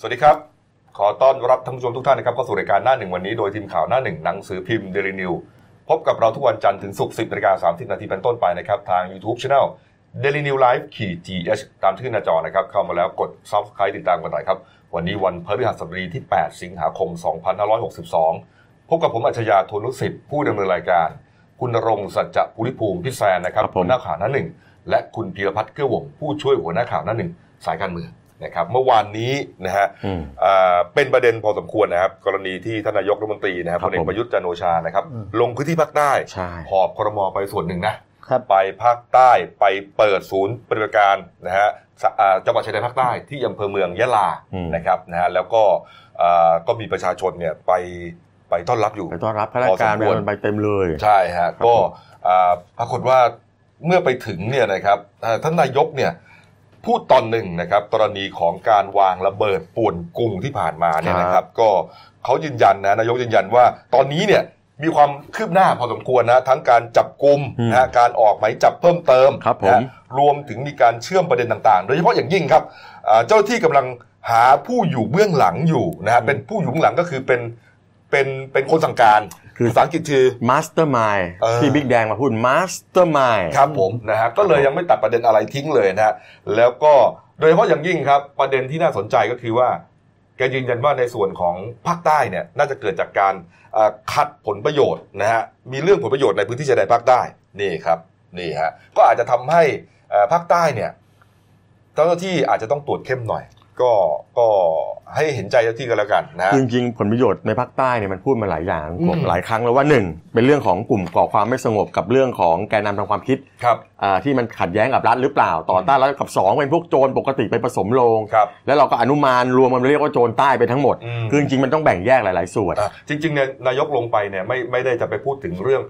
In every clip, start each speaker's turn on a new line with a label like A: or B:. A: สวัสดีครับ ขอต้อนรับท่านผู้ชมทุกท่านนะครับเข้าสู่รายการหน้าหนึ่งวันนี้โดยทีมข่าวหน้าหนึ่งหนังสือพิมพ์เดลินิวพบกับเราทุกวันจันทร์ถึงศุกร์10นาฬิกา30 นาทีเป็นต้นไปนะครับ ทาง YouTube Channel Daily New Life ขีด GH ตามชื่อหน้าจอนะครับ เข้ามาแล้วกด Subscribe ติดตามกันหน่อยครับ วันนี้วันพฤหัสบดีที่ 8 สิงหาคม 2562 พบกับผมอัจฉริยะโทนุสิทธิ์ผู้ดำเนินรายการ คุณณรงค์สัจจภูริภูมิพิแซนนะครับ
B: ครับผม
A: หัวหน้าข่าวหน้าหนึ่งและคุณพีรพัฒน์เกื้อวงผู้ช่วยหัวหน้าข่าวหน้าหนึ่งสายการเมืองนะครับเมื่อวานนี้นะฮะ
B: อืม
A: อ่าเป็นประเด็นพอสมควรนะครับ กรณีที่ท่านนายกรัฐมนตรีนะครับ
B: ค
A: พ
B: รั
A: ล
B: บ
A: เอก
B: ผม
A: ประยุทธ์จันทร์โอชานะครับ
C: อืม
A: ลงพื้นที่ภาคใต้
B: ใช่
A: หอบครมไปส่วนหนึ่งนะครับ ไปภาคใต้ไปเปิดศูนย์ปฏิบัติการนะฮะสะอ่าจังหวัดชายแดนภาคใต้ที่อำเภอเมืองยะลา
B: อืม
A: นะครับนะฮะแล้วก็อ่าก็มีประชาชนเนี่ยไปไปต้อนรับอยู่
B: ไปต้อนรับข้าราชการ
A: พอสม
B: ไป
A: ควร
B: ไปเต็มเลย
A: ใช่ฮะก็
B: ผม
A: อ่าปรากฏว่าเมื่อไปถึงเนี่ยนะครับอ่าท่านนายกเนี่ยพูดตอนหนึ่งนะครับกรณีของการวางระเบิดป่วนกรุงที่ผ่านมาเนี่ยนะครับ ก็เขายืนยันนะนายกยืนยันว่าตอนนี้เนี่ยมีความคืบหน้าพอสมควรนะทั้งการจับกลุ่มนะฮะการออกหมายจับเพิ่มเติม
B: ครับผ
A: นะ
B: ม
A: ฮะ รวมถึงมีการเชื่อมประเด็นต่างๆ โดยเฉพาะอย่างยิ่งครับเอ่อเจ้าหน้าที่กำลังหาผู้อยู่เบื้องหลังอยู่นะฮะเป็นผู้อยู่เบื้องหลังก็คือเป็นเป็นเป็นคนสั่งการ
B: คือ
A: ภาษาอังกฤษคือ
B: มาสเตอร์มาย
A: เออ
B: ที่บิ๊กแดงมาพูดมาสเตอร์มาย
A: ครับผมนะฮะก็เลยยังไม่ตัดประเด็นอะไรทิ้งเลยนะฮะแล้วก็โดยเฉพาะอย่างยิ่งครับ ประเด็นที่น่าสนใจก็คือว่า แกยืนยันว่าในส่วนของภาคใต้เนี่ยน่าจะเกิดจากการเอ่อขัดผลประโยชน์นะฮะมีเรื่องผลประโยชน์ในพื้นที่ชายแดนภาคใต้นี่ครับนี่ฮะก็อาจจะทำให้เอ่อภาคใต้เนี่ยเจ้าหน้าที่อาจจะต้องตรวจเข้มหน่อย ก็ก็ให้เห็นใจเจ้าหน้าที่กันแล้วกันนะฮะ
B: คือจริงๆผลประโยชน์ในภาคใต้เนี่ยมันพูดมาหลายอย่าง
A: อืม
B: หลายครั้งแล้วว่าหนึ่งเป็นเรื่องของกลุ่มก่อความไม่สงบกับเรื่องของแกนนำทางความคิด
A: ครับ
B: อ่าที่มันขัดแย้งกับรัฐหรือเปล่า ต่อต้านรัฐกับสองเป็นพวกโจรปกติไปผสมโลง
A: ครับ
B: แล้วเราก็อนุมานรวมมันเรียกว่าโจรใต้ไปทั้งหมด
A: อืม
B: คือจริงๆมันต้องแบ่งแยกหลายๆ ส่วน
A: อ่ะจริงๆเนี่ยนายกลงไปเนี่ยไม่ไม่ได้จะไปพูดถึงเรื่อง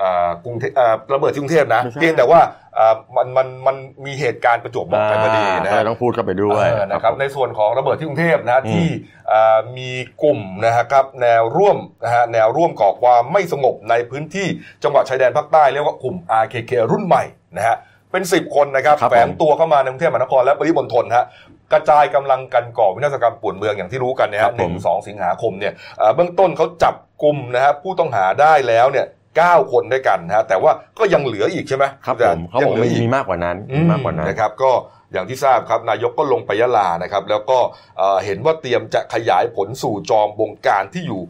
A: อ่ากรุงเทพอ่าระเบิดที่กรุงเทพนะ
B: ไม่ใช่
A: เพียงแต่ว่าอ่ามันมันมันมีเหตุการณ์ประจวบเหมาะกันพอดีนะ
B: ก็
A: ฮะ
B: เลยต้องพูดเข้าไปด้วย
A: เออนะค
B: ค
A: รั
B: รั
A: บบ ในส่วนของระเบิดที่กรุงเทพนะฮะ
B: อืม
A: ที่อ่ามีกลุ่มนะครับแนวร่วมนะฮะแนวร่วมก่อความไม่สงบในพื้นที่จังหวัดชายแดนภาคใต้เรียกว่ากลุ่ม RKK รุ่นใหม่นะฮะเป็น 10 คนนะครับ
B: ครับ
A: แฝง
B: ผม
A: ตัวเข้ามาในกรุงเทพมหานครและปริมณฑลฮะกระจายกำลังกันก่อวินาศกรรมป่วนเมืองอย่างที่รู้กันนะ
B: ครั
A: ฮะ
B: บ
A: ห
B: ผ
A: นึ่
B: ม
A: ง สองสิงหาคมเนี่ยเอ่อเบื้องต้นเขาจับกลุ่มนะฮะผู้ต้องหาได้แล้วเนี่ยเก้าคนด้วยกันนะฮะแต่ว่าก็ยังเหลืออีกใช่ไหม
B: ครับ
A: แต่
B: ผมเขาบอก
A: ยังเหลืออีก
B: มีมากกว่านั้น
A: อื
B: มี
A: ม
B: มากกว่านั้น
A: นะครับก็อย่างที่ทราบครับนายกก็ลงไปยะลานะครับแล้วก็เอ่อเห็นว่าเตรียมจะขยายผลสู่จอมบงการที่อยู่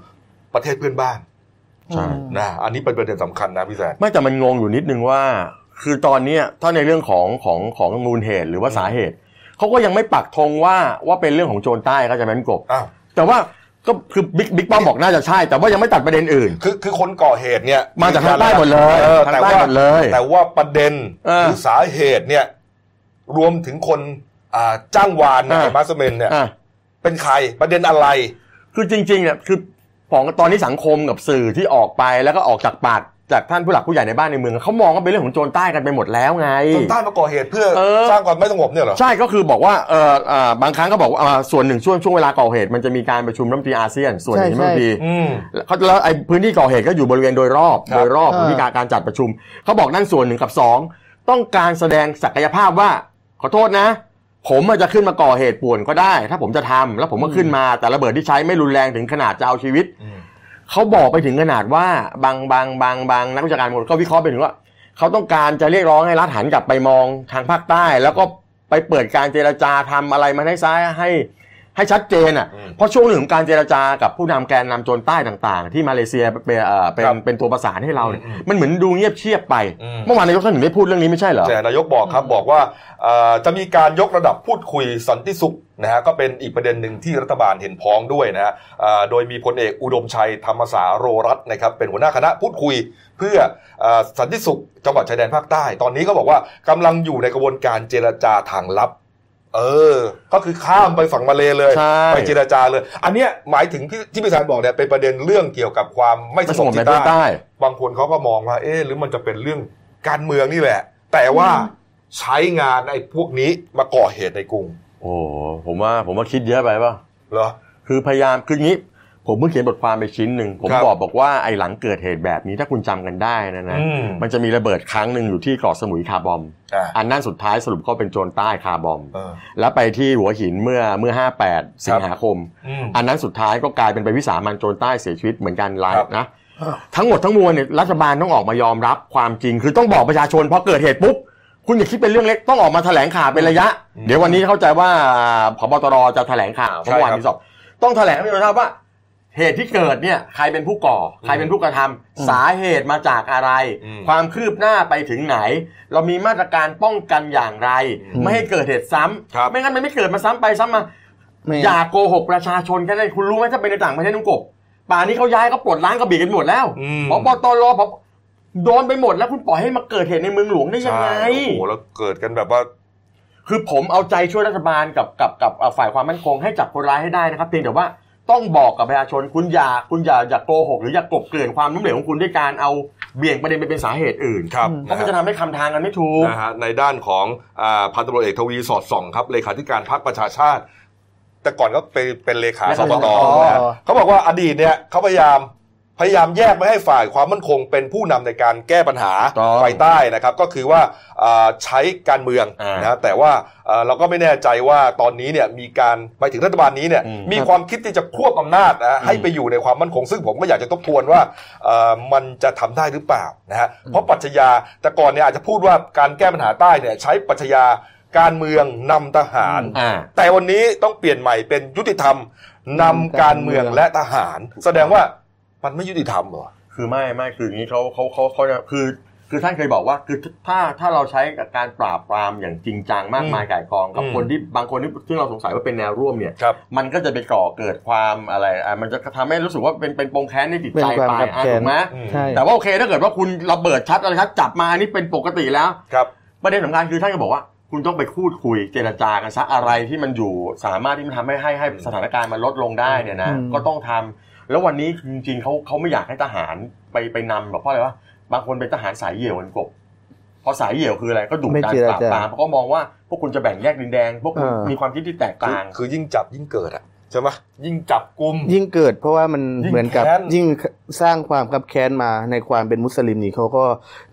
A: ประเทศเพื่อนบ้าน
B: ใช่
A: นะอันนี้เป็นประเด็นสำคัญนะพี่แซน
B: ไม่แต่มันงงอยู่นิดนึงว่า คือตอนเนี้ยถ้าในเรื่องของของของมูลเหตุหรือว่า
A: อืม
B: สาเหตุเขาก็ยังไม่ปักธงว่าว่าเป็นเรื่องของโจรใต้เขาใจะแม่นกบ
A: อ้าว
B: แต่ว่าก็คือบิ๊กบิ๊กป้อมบอกน่าจะใช่ แต่ว่ายังไม่ตัดประเด็นอื่น
A: คือคือคนก่อเหตุเนี่ย
B: มาจากทางใต้หมดเลย
A: ออ
B: ทาง
A: แต่
B: ใต้
A: ว่า
B: หมดเลย
A: แต่ว่าประเด็น
B: เอ
A: ห
B: อ
A: รือสาเหตุเนี่ยรวมถึงคนอ่าจ้างวานนะ
B: อ่า
A: ไอ้มาสเมนเนี่ย
B: อ่ะ
A: เป็นใครประเด็นอะไร
B: คือจริงๆเนี่ยคือของตอนนี้สังคมกับสื่อที่ออกไปแล้วก็ออกจากปากจากท่านผู้หลักผู้ใหญ่ในบ้านในเมืองเขามองว่าเป็นเรื่องของโจรใต้กันไปหมดแล้วไง
A: จนใต้มาก่อเหตุเพื่อ
B: เออ
A: สร้างความไม่สงบเนี่ยเหรอ
B: ใช่ก็คือบอกว่าเอ่อเอ่อบางครั้งก็บอกว่าอ่าส่วนหนึ่งช่วงช่วงเวลาก่อเหตุมันจะมีการประชุมรัฐมนตรีอาเซียน ส่วนหนึ่ง
C: ใช่
B: รัฐมนตรี
A: อืม
B: เขาแล้วไอ้พื้นที่ก่อเหตุก็อยู่บริเวณโดยรอบ
A: ครับ
B: โดยรอบ
C: เออ
B: พื้นที่การการจัดประชุม เขาบอกนั่นส่วนหนึ่งกับสองต้องการแสดงศักยภาพว่า ขอโทษนะ ผมอาจจะขึ้นมาก่อเหตุป่วนก็ได้ ถ้าผมจะทำแล้วผมก็ขึ้นมาแต่ระเบิดที่ใช้ไม่รุนแรงถึงขนาดจะเอาชีวิต
A: อืม
B: เขาบอกไปถึงขนาดว่าบางบางบางบางนักวิชาการบางคนก็วิเคราะห์ไปถึงว่า เขาต้องการจะเรียกร้องให้รัฐหันกลับไปมองทางภาคใต้ แล้วก็ไปเปิดการเจรจาทำอะไรมาให้ซ้ายให้ให้ชัดเจนอ่ะ
A: อืม
B: เพราะช่วงหนึ่งของการเจรจากับผู้นำแกนนำโจรใต้ต่างๆ ที่มาเลเซียเป็นเอ่อเป็น
A: ครับ
B: เป็นตัวประสานให้เราเนี่ย
A: อืมอืม
B: มันเหมือนดูเงียบเชียบไป
A: อืม
B: เมื่อวานนายกท่านถึงได้พูดเรื่องนี้ไม่ใช่เหรอ
A: แต่นายกบอกครับบอกว่าเอ่อจะมีการยกระดับพูดคุยสันติสุขนะฮะก็เป็นอีกประเด็นหนึ่งที่รัฐบาลเห็นพ้องด้วยนะฮะเอ่อโดยมีพลเอกอุดมชัยธรรมสาโรรัตน์นะครับเป็นหัวหน้าคณะพูดคุย เพื่อเอ่อสันติสุขจังหวัดชายแดนภาคใต้ ตอนนี้เขาบอกว่ากำลังอยู่ในกระบวนการเจรจาทางลับ เออ ก็คือข้ามไปฝั่งมาเลเลย
B: ใช่
A: ไปเจรจาเลย อันเนี้ยหมายถึงที่ที่พี่สารบอกเนี่ยเป็นประเด็นเรื่องเกี่ยวกับความไม่
B: ไม่
A: ส
B: ส
A: ง
B: ง
A: บบ ที่
B: ใน
A: ใต้
B: ภาคใต้
A: บางคนเขาก็มองว่า เอ๊ะหรือมันจะเป็นเรื่องการเมืองนี่แหละ แต่ว่าใช้งานไอ้พวกนี้มาก่อเหตุในกรุง
B: โอ้โหผมว่าผมว่าคิดเยอะไปเปล่ะ
A: เหรอ
B: คือพยายามคืองี้ ผมเพิ่งเขียนบทความไปชิ้นหนึ่งผม
A: ครับ
B: บอกบอกว่าไอ้หลังเกิดเหตุแบบนี้ถ้าคุณจำกันได้นะนะ
A: อืม
B: มันจะมีระเบิดครั้งหนึ่งอยู่ที่เกาะสมุยคาร์บอม
A: อ่ะ
B: อันนั้นสุดท้ายสรุปก็เป็นโจรใต้คาร์บอม
A: เออ
B: แล้วไปที่หัวหินเมื่อเมื่อ 58 สิงหาคม
A: อืม
B: อันนั้นสุดท้ายก็กลายเป็นไปวิสามันโจรใต้เสียชีวิตเหมือนกันไลาย
A: ครับ
B: นะทั้งหมดทั้งมวลเนี่ยรัฐบาลต้องออกมายอมรับความจริง คือต้องบอกประชาชนพอเกิดเหตุปุ๊บ คุณอย่าคิดเป็นเรื่องเล็กต้องออกมาแถลงข่าวเป็นระยะ เดี๋ยววันนี้เข้าใจว่าพบตรจะแถลงข่าวเพราะเมื่อวานมีสอบต้องแถลงให้ประชาชนทราบว่า เหตุที่เกิดเนี่ยใครเป็นผู้ก่อ ใครเป็นผู้กระทำสาเหตุมาจากอะไร
A: อืม
B: ความคืบหน้าไปถึงไหน เรามีมาตรการป้องกันอย่างไร
A: อืม
B: ไม่ให้เกิดเหตุซ้ำ
A: ครับ
B: ไม่งั้นมันไม่เกิดมาซ้ำไปซ้ำมา
C: ไม่
B: อย่าโกหกประชาชนแค่นั้นคุณรู้ไหมถ้าไปในต่างประเทศนุ่งกบป่านนี้เขาย้ายเขาปลดล้างกระบี่กันหมดแล้ว
A: อืม
B: พบตรพบโดนไปหมดแล้วคุณปล่อยให้มาเกิดเหตุในเมืองหลวงได้ยังไง
A: ใช่โอ้โหแล้วเกิดกันแบบว่า
B: คือผมเอาใจช่วยรัฐบาลกับกับกับเอ่อฝ่ายความมั่นคงให้จับคนร้ายให้ได้นะครับเพียงแต่ว่าต้องบอกกับประชาชนคุณอย่าคุณอย่าอย่าโกหก หรืออย่ากลบเกลื่อนความล้มเหลวของคุณด้วยการเอาเบี่ยงประเด็นไปเป็นสาเหตุอื่น
A: ครับนะ
B: เพราะมัน
A: ฮะ
B: จะทำให้คำทางกันไม่ถูก
A: นะฮะในด้านของอาพันตำรวจเอกทวีสอดส่องครับเลขาธิการพรรคประชาชาติ แต่ก่อนก็เป็นเป็นเลขา
B: เล
A: ส
B: ขา
A: ปต
B: สปต
A: นะฮะเขาบอกว่าอดีตเนี่ยเขาพยายามพยายามแยกไม่ให้ฝ่ายความมั่นคงเป็นผู้นำในการแก้ปัญหา
B: ถูกต้อง
A: ไฟใต้นะครับ ก็คือว่าอ่าใช้การเมือง
B: อ่าน
A: นะฮะแต่ว่าอ่าเราก็ไม่แน่ใจว่าตอนนี้เนี่ยมีการไปถึงรัฐบาลนี้เนี่ย
B: อืม
A: มีความคิดที่จะควบอำนาจนะฮะให้ไปอยู่ในความมั่นคง ซึ่งผมก็อยากจะทบทวนว่า เอ่อมันจะทำได้หรือเปล่านะฮะเพราะปรัชญาแต่ก่อนเนี่ยอาจจะพูดว่าการแก้ปัญหาใต้เนี่ยใช้ปรัชญาการเมืองนำทหาร
B: อ่า
A: แต่วันนี้ต้องเปลี่ยนใหม่เป็นยุติธรรมนำการเมืองและทหาร แสดงว่ามันไม่ยุติธรรมเหรอ
B: คือไม่ไม่คืออย่างนี้เขาเขาเขาเขาจะคือคือท่านเคยบอกว่าคือถ้าถ้าเราใช้กับการปราบปรามอย่างจริงจังมากมายก่ายกองกับ
A: อืม
B: คนที่บางคนที่ซึ่งเราสงสัยว่าเป็นแนวร่วมเนี่ย
A: ครับ
B: มันก็จะไปก่อเกิดความอะไรอ่ะมันจะทำให้รู้สึกว่าเป็นเป็นปมแค้นในจิตใจ
C: เป็นความ
B: ไป
C: ขัด
B: อ่ะถู
C: แย้ง
B: กไหม
A: อืม
C: ใช่
B: แต่ว่าโอเคถ้าเกิดว่าคุณระเบิดชัดอะไรชัดจับมาอันนี้เป็นปกติแล้ว
A: ครับ
B: ประเด็นสำคัญคือท่านก็บอกว่า คุณต้องไปพูดคุยเจรจากันซะอะไรที่มันอยู่สามารถที่มันทำให้ให้ให้สถานการณ์มันลดลงได้เนี่ยนะ
C: อืม
B: ก็ต้องทำแล้ววันนี้จริงๆเขาเขาไม่อยากให้ทหารไปไปนำแบบเพราะอะไรวะบางคนเป็นทหารสายเหี่ยวกันกบเพราะสายเหี่ยวคืออะไรก็ดุ
C: ไม่
B: ดัน
C: เจ
B: ป
C: ร
B: ราบ
C: จา
B: ปรามเขาก็มองว่าพวกคุณจะแบ่งแยกดินแดง พวกคุณ
C: เออ
B: มีความคิดที่แตก
A: คือ
B: ต่าง
A: คือยิ่งจับยิ่งเกิดอะใช่ไหมยิ่งจับกลุ่ม
C: ยิ่งเกิดเพราะว่ามัน
A: ยิ่ง
C: เหมือนกับ
A: แค้น
C: ยิ่งสร้างความคับแค้นมาในความเป็นมุสลิมนี่เขาก็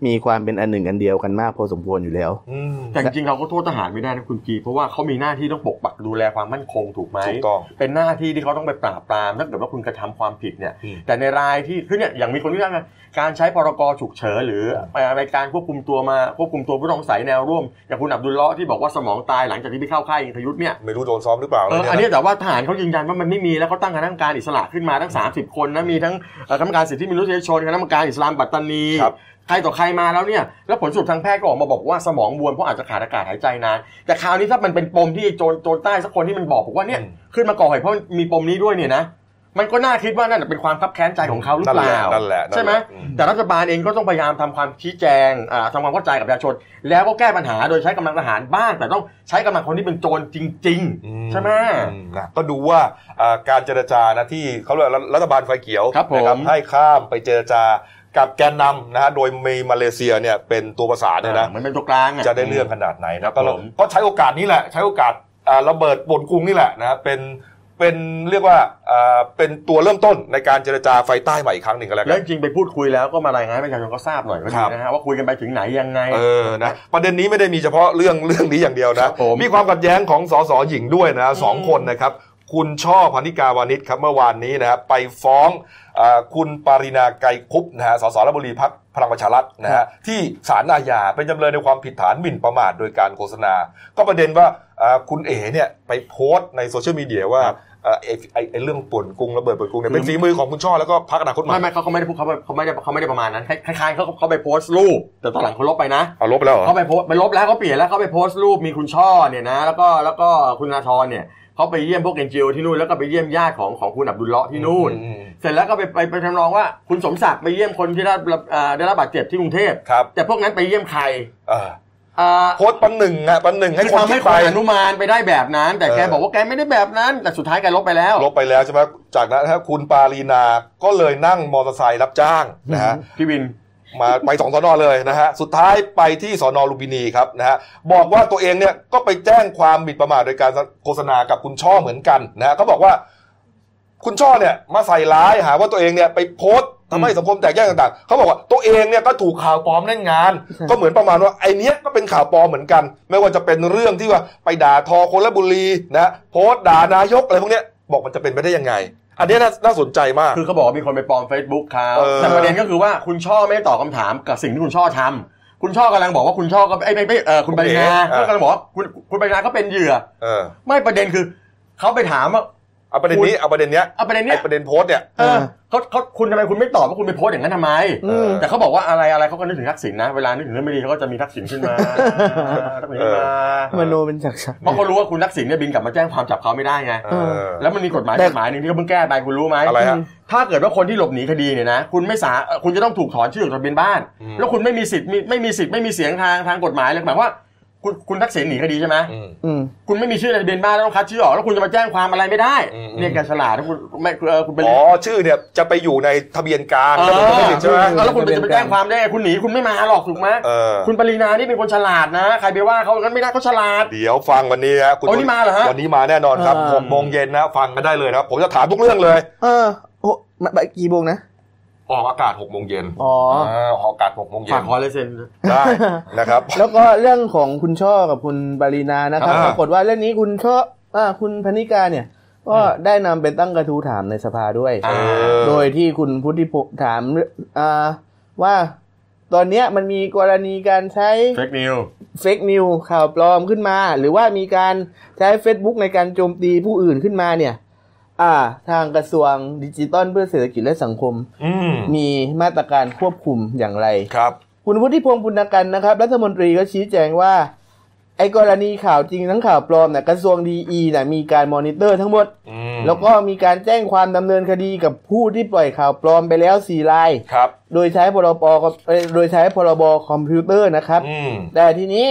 C: มีความเป็นอันหนึ่งอันเดียวกันมากพอสมควรอยู่แล้ว
A: อืม
B: แต่จริงๆเราก็โทษทหารไม่ได้นะคุณกีเพราะว่าเขามีหน้าที่ต้องปกปักดูแลความมั่นคงถูกไหม
A: ถูกต้อง
B: เป็นหน้าที่ที่เขาต้องไปปราบปรามถ้าเกิดว่าคุณกระทำความผิดเนี่ย
A: อืม
B: แต่ในรายที่คือเนี่ยอย่างมีคนที่ว่าการใช้พรกฉุกเฉินหรืออะไรการควบคุมตัวมาควบคุมตัวผู้ต้องสงสัยแนวร่วม อย่างคุณอับดุลเลาะห์ที่บอกว่าสมองตายหลังจากที่ไปเข้าค่ายอิงทยุทธ์เนี่ย
A: ไม่รู้โดนซ้อมหรือเปล่า
B: เออ
A: เยะ
B: อันนี้แต่ว่าทหารเขายืนยันว่ามันไม่มีแล้วเขาตั้งคณะกรรมการอิสระขึ้นมาทั้ง 30 คนนะมีทั้งเอ่อกรรมการสิทธิมนุษยชนคณะกรรมการอิสลามปัตตานี
A: ครับ
B: ใครต่อใครมาแล้วเนี่ยแล้วผลสรุปทางแพทย์ก็ออกมาบอกว่าสมองบวมเพราะอาจจะขาดอากาศหายใจนาน แต่คราวนี้ถ้ามันเป็นปมที่โจรโจรใต้สักคนที่มันบอกผมว่าเนี่ย ขึ้นมาก่อเหตุเพราะมันมีปมนี้ด้วยเนี่ยนะ มันก็น่าคิดว่านั่นนะเป็นความคับแค้นใจของเขาหรือเปล่า
A: นั่นแหละนั่นแหละ
B: ใช่ไหม
A: อืม
B: แต่รัฐบาลเองก็ต้องพยายามทำความชี้แจงอ่าทำความเข้าใจกับประชาชน แล้วก็แก้ปัญหาโดยใช้กำลังทหารบ้าง แต่ต้องใช้กำลังคนที่เป็นโจรจริง
A: อื
B: ๆ ใช่ไหม
A: อืนะก็ดูว่าอ่าการเจรจานะที่เขาเรียกว่ารัฐบาลไฟเขียว
B: ครับผม
A: นะให้ข้ามไปเจรจากับแกนนำนะฮะโดยมีมาเลเซียเนี่ยเป็นตัวประสานเนี่ยนะ
B: เหมันเป็นตัวกลางอ
A: จะได้เรื่องขนาดไหนนะก็เรา
B: ผม
A: ก็ใช้โอกาสนี้แหละ ใช้โอกาสอ่าระเบิดบนกรุงนี่แหละนะฮะเป็นเป็นเรียกว่าอ่าเป็นตัวเริ่มต้นในการเจรจาไฟใต้ใหม่อีกครั้งหนึ่งก็แล้วกั
B: แล้
A: น
B: วจริงๆไปพูดคุยแล้วก็มารายงานให้ประชาชนก็ทราบหน่อยก็
A: ค
B: ดี
A: รับ
B: นะฮะว่าคุยกันไปถึงไหนยังไง
A: เออ นะ ประเด็นนี้ไม่ได้มีเฉพาะเรื่องเรื่องนี้อย่างเดียว
B: ค
A: นะ
B: รับผม
A: มีความขัดแย้งของสสหญิงด้วยนะสองคนนะครับ คุณช่อพานิกาวานิชครับเมื่อวานนี้นะครับไปฟ้องเอ่อคุณปารินาไกรคุปต์นะฮะ สสระบุรีพักพลังประชารัฐนะฮะ ที่ศาลอาญาเป็นจำเลยในความผิดฐานหมิ่นประมาทโดยการโฆษณา ก็ประเด็นว่าเอ่อคุณเอ๋เนี่ยไปโพสต์ในโซเชียลมีเดียว่า
B: ครับ
A: เอ่อไอ้ไอ้ไอ้เรื่องป่วนกรุงระเบิดป่วนกรุงเนี่ยเป็นฝีมือของคุณช่อแล้วก็พักอนาคตใหม่
B: ไม่ไม่เขาเขาไม่ได้พูดเขาไม่เขาไม่ได้เขาไม่ได้ประมาณนั้นคล้ายๆเขาเขาไปโพสต์รูปแต่ตอนหลังเขาลบไปนะ
A: เอาลบไปแล้วเหรอ
B: เขาไปโพสไปลบแล้วเขาเปลี่ยนแล้วเขาไปโพสต์รูปมีคุณช่อเนี่ยนะแล้วก็แล้วก็คุณนาทรเนี่ยเขาไปเยี่ยมพวกเอ็นจีโอที่นู่นแล้วก็ไปเยี่ยมญาติของของคุณอับดุลเลาะห์ที่นู่น
A: อืม
B: เสร็จแล้วก็ไปไปไปทำนองว่าคุณสมศักดิ์ไปเยี่ยมคนที่ได้รับอ่าได้รับบาดเจ็บที่กรุงเทพ
A: ครับ
B: แต่พวกนั้นไปเยี่ยมใคร
A: เอ่อ
B: อ่า
A: โพสต์ปันหนึ่งอะปันหนึ่งให้
B: คือ
A: คน
B: ทำให้
A: ด
B: ค
A: ไป
B: นอนุมานไปได้แบบนั้น แต่แก
A: เออ
B: บอกว่าแกไม่ได้แบบนั้น แต่สุดท้ายแกลบไปแล้ว
A: ลบไปแล้วใช่ไหมจากนั้นนะครับคุณปารีนาก็เลยนั่งมอเตอร์ไซค์รับจ้างนะฮะ
B: พี่วิน
A: มาไปสองสอนอเลยนะฮะ สุดท้ายไปที่สอนอลุมพินีครับนะฮะ บอกว่าตัวเองเนี่ยก็ไปแจ้งความหมิ่นประมาทโดยการโฆษณากับคุณช่อเหมือนกันนะฮะเขาบอกว่า คุณช่อเนี่ยมาใส่ร้ายหาว่าตัวเองเนี่ยไปโพสต์ทำให้สังคมแตกแยกต่างๆเขาบอกว่าตัวเองเนี่ยก็ถูกข่าวปลอมเล่นงาน ก็เหมือนประมาณว่าไอเนี้ยก็เป็นข่าวปลอมเหมือนกัน ไม่ว่าจะเป็นเรื่องที่ว่าไปด่าทอคนละบุรีนะโพสต์ด่านายกอะไรพวกเนี้ยบอกมันจะเป็นไปได้ยังไง อันเนี้ยน่าน่าสนใจมาก
B: คือเขาบอกว่ามีคนไปปลอม Facebook เขา
A: เออ
B: แต่ประเด็นก็คือว่าคุณช่อไม่ได้ตอบคำถามกับสิ่งที่คุณช่อทำคุณช่อกำลังบอกว่าคุณช่อก็ไอ้ยไม่ไม่เออคุณปรินาก็กำลังบอกว่าคุณคุณปรินาก็เป็นเหยื่อ
A: เออ
B: ไม่ประเด็นคือเขาไปถามว่า
A: เอาประเด็นนี้เอาประเด็นเนี้ย
B: เอาประเด็น
A: ไอ
B: เนี้ย
A: ประเด็นโพสต์เนี่ย
B: เออเขาเขาคุณทำไมคุณไม่ตอบว่าคุณไปโพสต์อย่างนั้นทำไม
A: เออ
B: แต่เขาบอกว่าอะไรอะไรเขาก็นึกถึงทักษิณนะเวลานึกถึงเรื่องไม่ดีเขาก็จะมีทักษิณขึ้นมาทักษิณขึ้นมาม
C: โนเป็นจากฉัน
B: เพราะเขารู้ว่าคุณทักษิณเนี่ยบินกลับมาแจ้งความจับเขาไม่ได้ไง
A: เออ
B: แล้วมันมีกฎหมาย
C: แต่
B: กฎหมายหนึ่งที่เขาเพิ่งแก้ไปคุณรู้ไหม
A: อะไรฮะ
B: ถ้าเกิดว่าคนที่หลบหนีคดีเนี่ยนะ คุณไม่สาเอ่อคุณจะต้องถูกถอนชื่อออกจากทะเบียนบ้าน
A: อืม
B: แล้วคุณไม่มีสิทธิ์มีไม่มีสิทธิ์ไม่มีเสียงทางทางกฎหมายเลยหมายว่า คุณคุณทักษิณหนีคดีใช่ไหม
A: อืม
C: อืม
B: คุณไม่มีชื่อในทะเบียนบ้านแล้วต้องคัดชื่อออกแล้วคุณจะมาแจ้งความอะไรไม่ได้
A: อืม
B: เนี่ยการฉลาดนะคุณไม่เออคุณไป
A: อ๋อชื่อเนี่ยจะไปอยู่ในทะเบียนกลาง
B: เอ
A: ถ้าผมจำไม่
B: อ
A: ผิดใช่ไหม
B: แล้วคุณจะไปแจ้งความได้ไงคุณหนีคุณไม่มาหรอกถูกไหม
A: เออ
B: คุณปรินานี่เป็นคนฉลาดนะใครไปว่าเขากันไม่ได้เขาฉลาด
A: เดี๋ยวฟังวันนี้นะคุณ
B: โอ้นี่มาเหรอฮะ
A: วันนี้มาแน่นอนครับ
C: อ่า
A: หกโมงเย็นนะฟังกันได้เลยนะครับ ผมจะถามทุกเรื่องเลย
C: เออโอ้มาไปกี่โมงนะ
A: ออกอากาศหกโมงเย็น
C: อ๋อ
A: าออกอากาศหกโมงเย็
B: ฝาก
A: น
B: ขอลายเซ็น
A: ได้นะครับ
C: แล้วก็เรื่องของคุณช่อกับคุณปรินานะครับ
A: อ่า
C: ปรากฏว่าเรื่องนี้คุณช่ออ่าคุณพนิกาเนี่ย ก็ได้นำไปตั้งกระทู้ถามในสภาด้วย
B: อ่า
C: โดยที่คุณพุทธิพงศ์ถามอ่าว่าตอนเนี้ยมันมีกรณีการใช้
B: เฟกนิว
C: เฟกนิวข่าวปลอมขึ้นมา หรือว่ามีการใช้ Facebook ในการโจมตีผู้อื่นขึ้นมาเนี่ย อ่า ทางกระทรวงดิจิตอลเพื่อเศรษฐกิจและสังคม
A: อืม
C: มีมาตรการควบคุมอย่างไร
A: ครับ
C: คุณพุทธิพงศ์ปุณกันนะครับ รัฐมนตรีก็ชี้แจงว่า ไอ้กรณีข่าวจริงทั้งข่าวปลอมเนี่ยกระทรวงดีอีเนี่ยมีการมอนิเตอร์ทั้งหมด
A: อืม
C: แล้วก็มีการแจ้งความดำเนินคดีกับผู้ที่ปล่อยข่าวปลอมไปแล้วสี่ราย
A: ครับ
C: โดยใช้พรบเอ่อโดยใช้พรบคอมพิวเตอร์นะครับ
A: อืม
C: แต่ทีนี้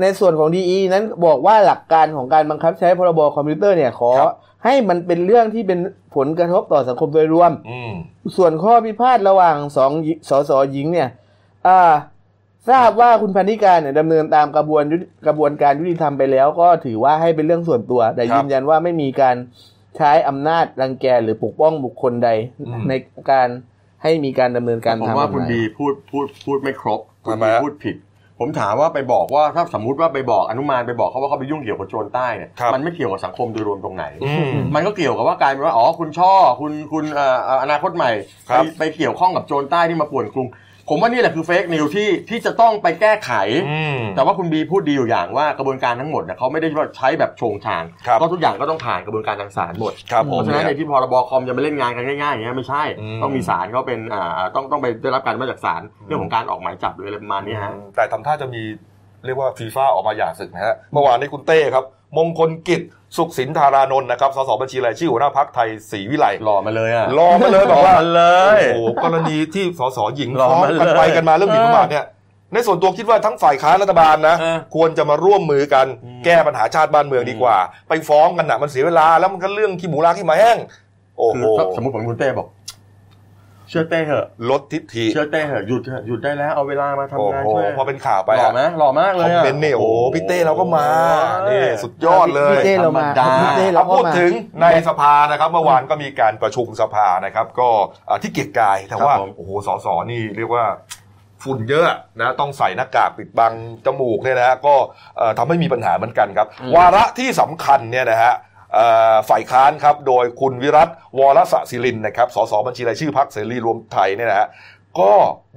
C: ในส่วนของดีนั้นบอกว่าหลักการของการบังคับใช้พรบคอมพิวเตอร์เนี่ยขอ ให้มันเป็นเรื่องที่เป็นผลกระทบต่อสังคมโดยรวม
A: อืม
C: ส่วนข้อพิพาทระหว่างสองหญิสสหญิงเนี่ยอ่าทราบว่าคุณพันธิการเนี่ยดำเนินตามกระบวนยุติกระบวนการยุติธรรมไปแล้ว ก็ถือว่าให้เป็นเรื่องส่วนตัว แต่ยืนยันว่าไม่มีการใช้อำนาจรังแกหรือปกป้องบุคคลใดในการให้มีการดำเนินการ
B: ผม
C: ทาง
B: ว่าก
C: ฎ
B: คุณ
C: หมาย
B: ดีพูดพูดพูดไม่ครบคุณ
A: ทำไม
B: ดี
A: ฮะ
B: พูดผิด ผมถามว่าไปบอกว่าถ้าสมมติว่าไปบอกอนุมานไปบอกเขาว่าเขาไปยุ่งเกี่ยวกับโจรใต้เนี่ย
A: ครับ
B: มันไม่เกี่ยวกับสังคมโดยรวมตรงไหน
A: อืม
B: มันก็เกี่ยวกับว่ากลายเป็นว่าอ๋อคุณช่อคุณคุณเอ่อเอ่ออนาคตใหม่
A: ครั
B: ไป
A: บ
B: ไปเกี่ยวข้องกับโจรใต้ที่มาป่วนกรุง ผมว่านี่แหละคือเฟกนิวที่ที่จะต้องไปแก้ไข
A: อืม
B: แต่ว่าคุณบีพูดดีอยู่อย่างว่ากระบวนการทั้งหมดเนี่ยเขาไม่ได้ว่าใช้แบบโชงชาง
A: ครับ
B: ก็ทุกอย่างก็ต้องผ่านกระบวนการทางศาลหมด
A: ครับผ
B: เพ
A: ม
B: ราะฉะนั้น
A: เนี่ย
B: ในที่พรบคอมจะมาเล่นงานกันง่ายๆอย่างเงี้ยไม่ใช่
A: อืม
B: ต้องมีศาลเขาเป็นอ่าต้องต้องไปได้รับการมาจากศาลเรื่องของการออกหมายจับหรืออะไรประมาณนี้ฮะ
A: แต่ทำท่าจะมีเรียกว่าฟีฟ่าออกมาหย่าศึกนะฮะเมื่อวานนี้คุณเต้ครับ มงคลกิจสุขสินธารานนท์นะครับสสบัญชีรายชื่อหัวหน้าพักไทยศรีวิไล
B: หล่อมาเลยอ่ะ
A: รอมาเลยบอกว่า
B: เลย
A: โอ้โหกรณีที่สสหญิง
B: รอ
A: ฟ้อง
B: มาเลย
A: กันไปกันมาเรื่องหมิ่นประมาทเนี่ย ในส่วนตัวคิดว่าทั้งฝ่ายค้านรัฐบาลนะ
B: เออ
A: ควรจะมาร่วมมือกัน
B: อืม
A: แก้ปัญหาชาติบ้านเมืองดีกว่า ไปฟ้องกันนะมันเสียเวลาแล้วมันก็เรื่องขี้หมูลาขี้หมาแห้ง โอ้
B: คื
A: โห
B: อสมมติผมคุณเต้บอก เชื่อเต้เหอะ
A: ลดทิฐิ
B: เชื่อเต้เหอะหยุดเถอะหยุดได้แล้วเอาเวลามา
A: โอ้
B: ทำงาน
A: โห
B: ช่วย
A: พอเป็นข่าวไป
B: หล่อ
A: อะ
B: ไหมหล่อมากเล
A: คอย ม
B: อะ
A: เมนต์เนี่ยโอ้โหพี่เต้เราก็มา
B: โอ้โห
A: นี่สุดยอดเลย
C: พี่เต้เรา
B: ธร
C: มา
B: รมดา
C: พี่เต้เรา
A: เรา
C: ก็
A: พูด
C: มา
A: ถึงในสภานะครับเมื่อวานก็มีการประชุมสภานะครับ ก็เอ่อที่เกียรติกายแต่ว่า
B: ครับผม
A: โอ้โหสสนี่เรียกว่าฝุ่นเยอะนะต้องใส่หน้ากากปิดบังจมูกเนี่ยนะฮะก็เอ่อทำให้มีปัญหาเหมือนกันครับ วาระที่สำคัญเนี่ยนะฮะเอ่อฝ่ายค้านครับโดยคุณวิรัตวรสศิรินนะครับสสบัญชีรายชื่อพรรคเสรีรวมไทยเนี่ยนะฮะก็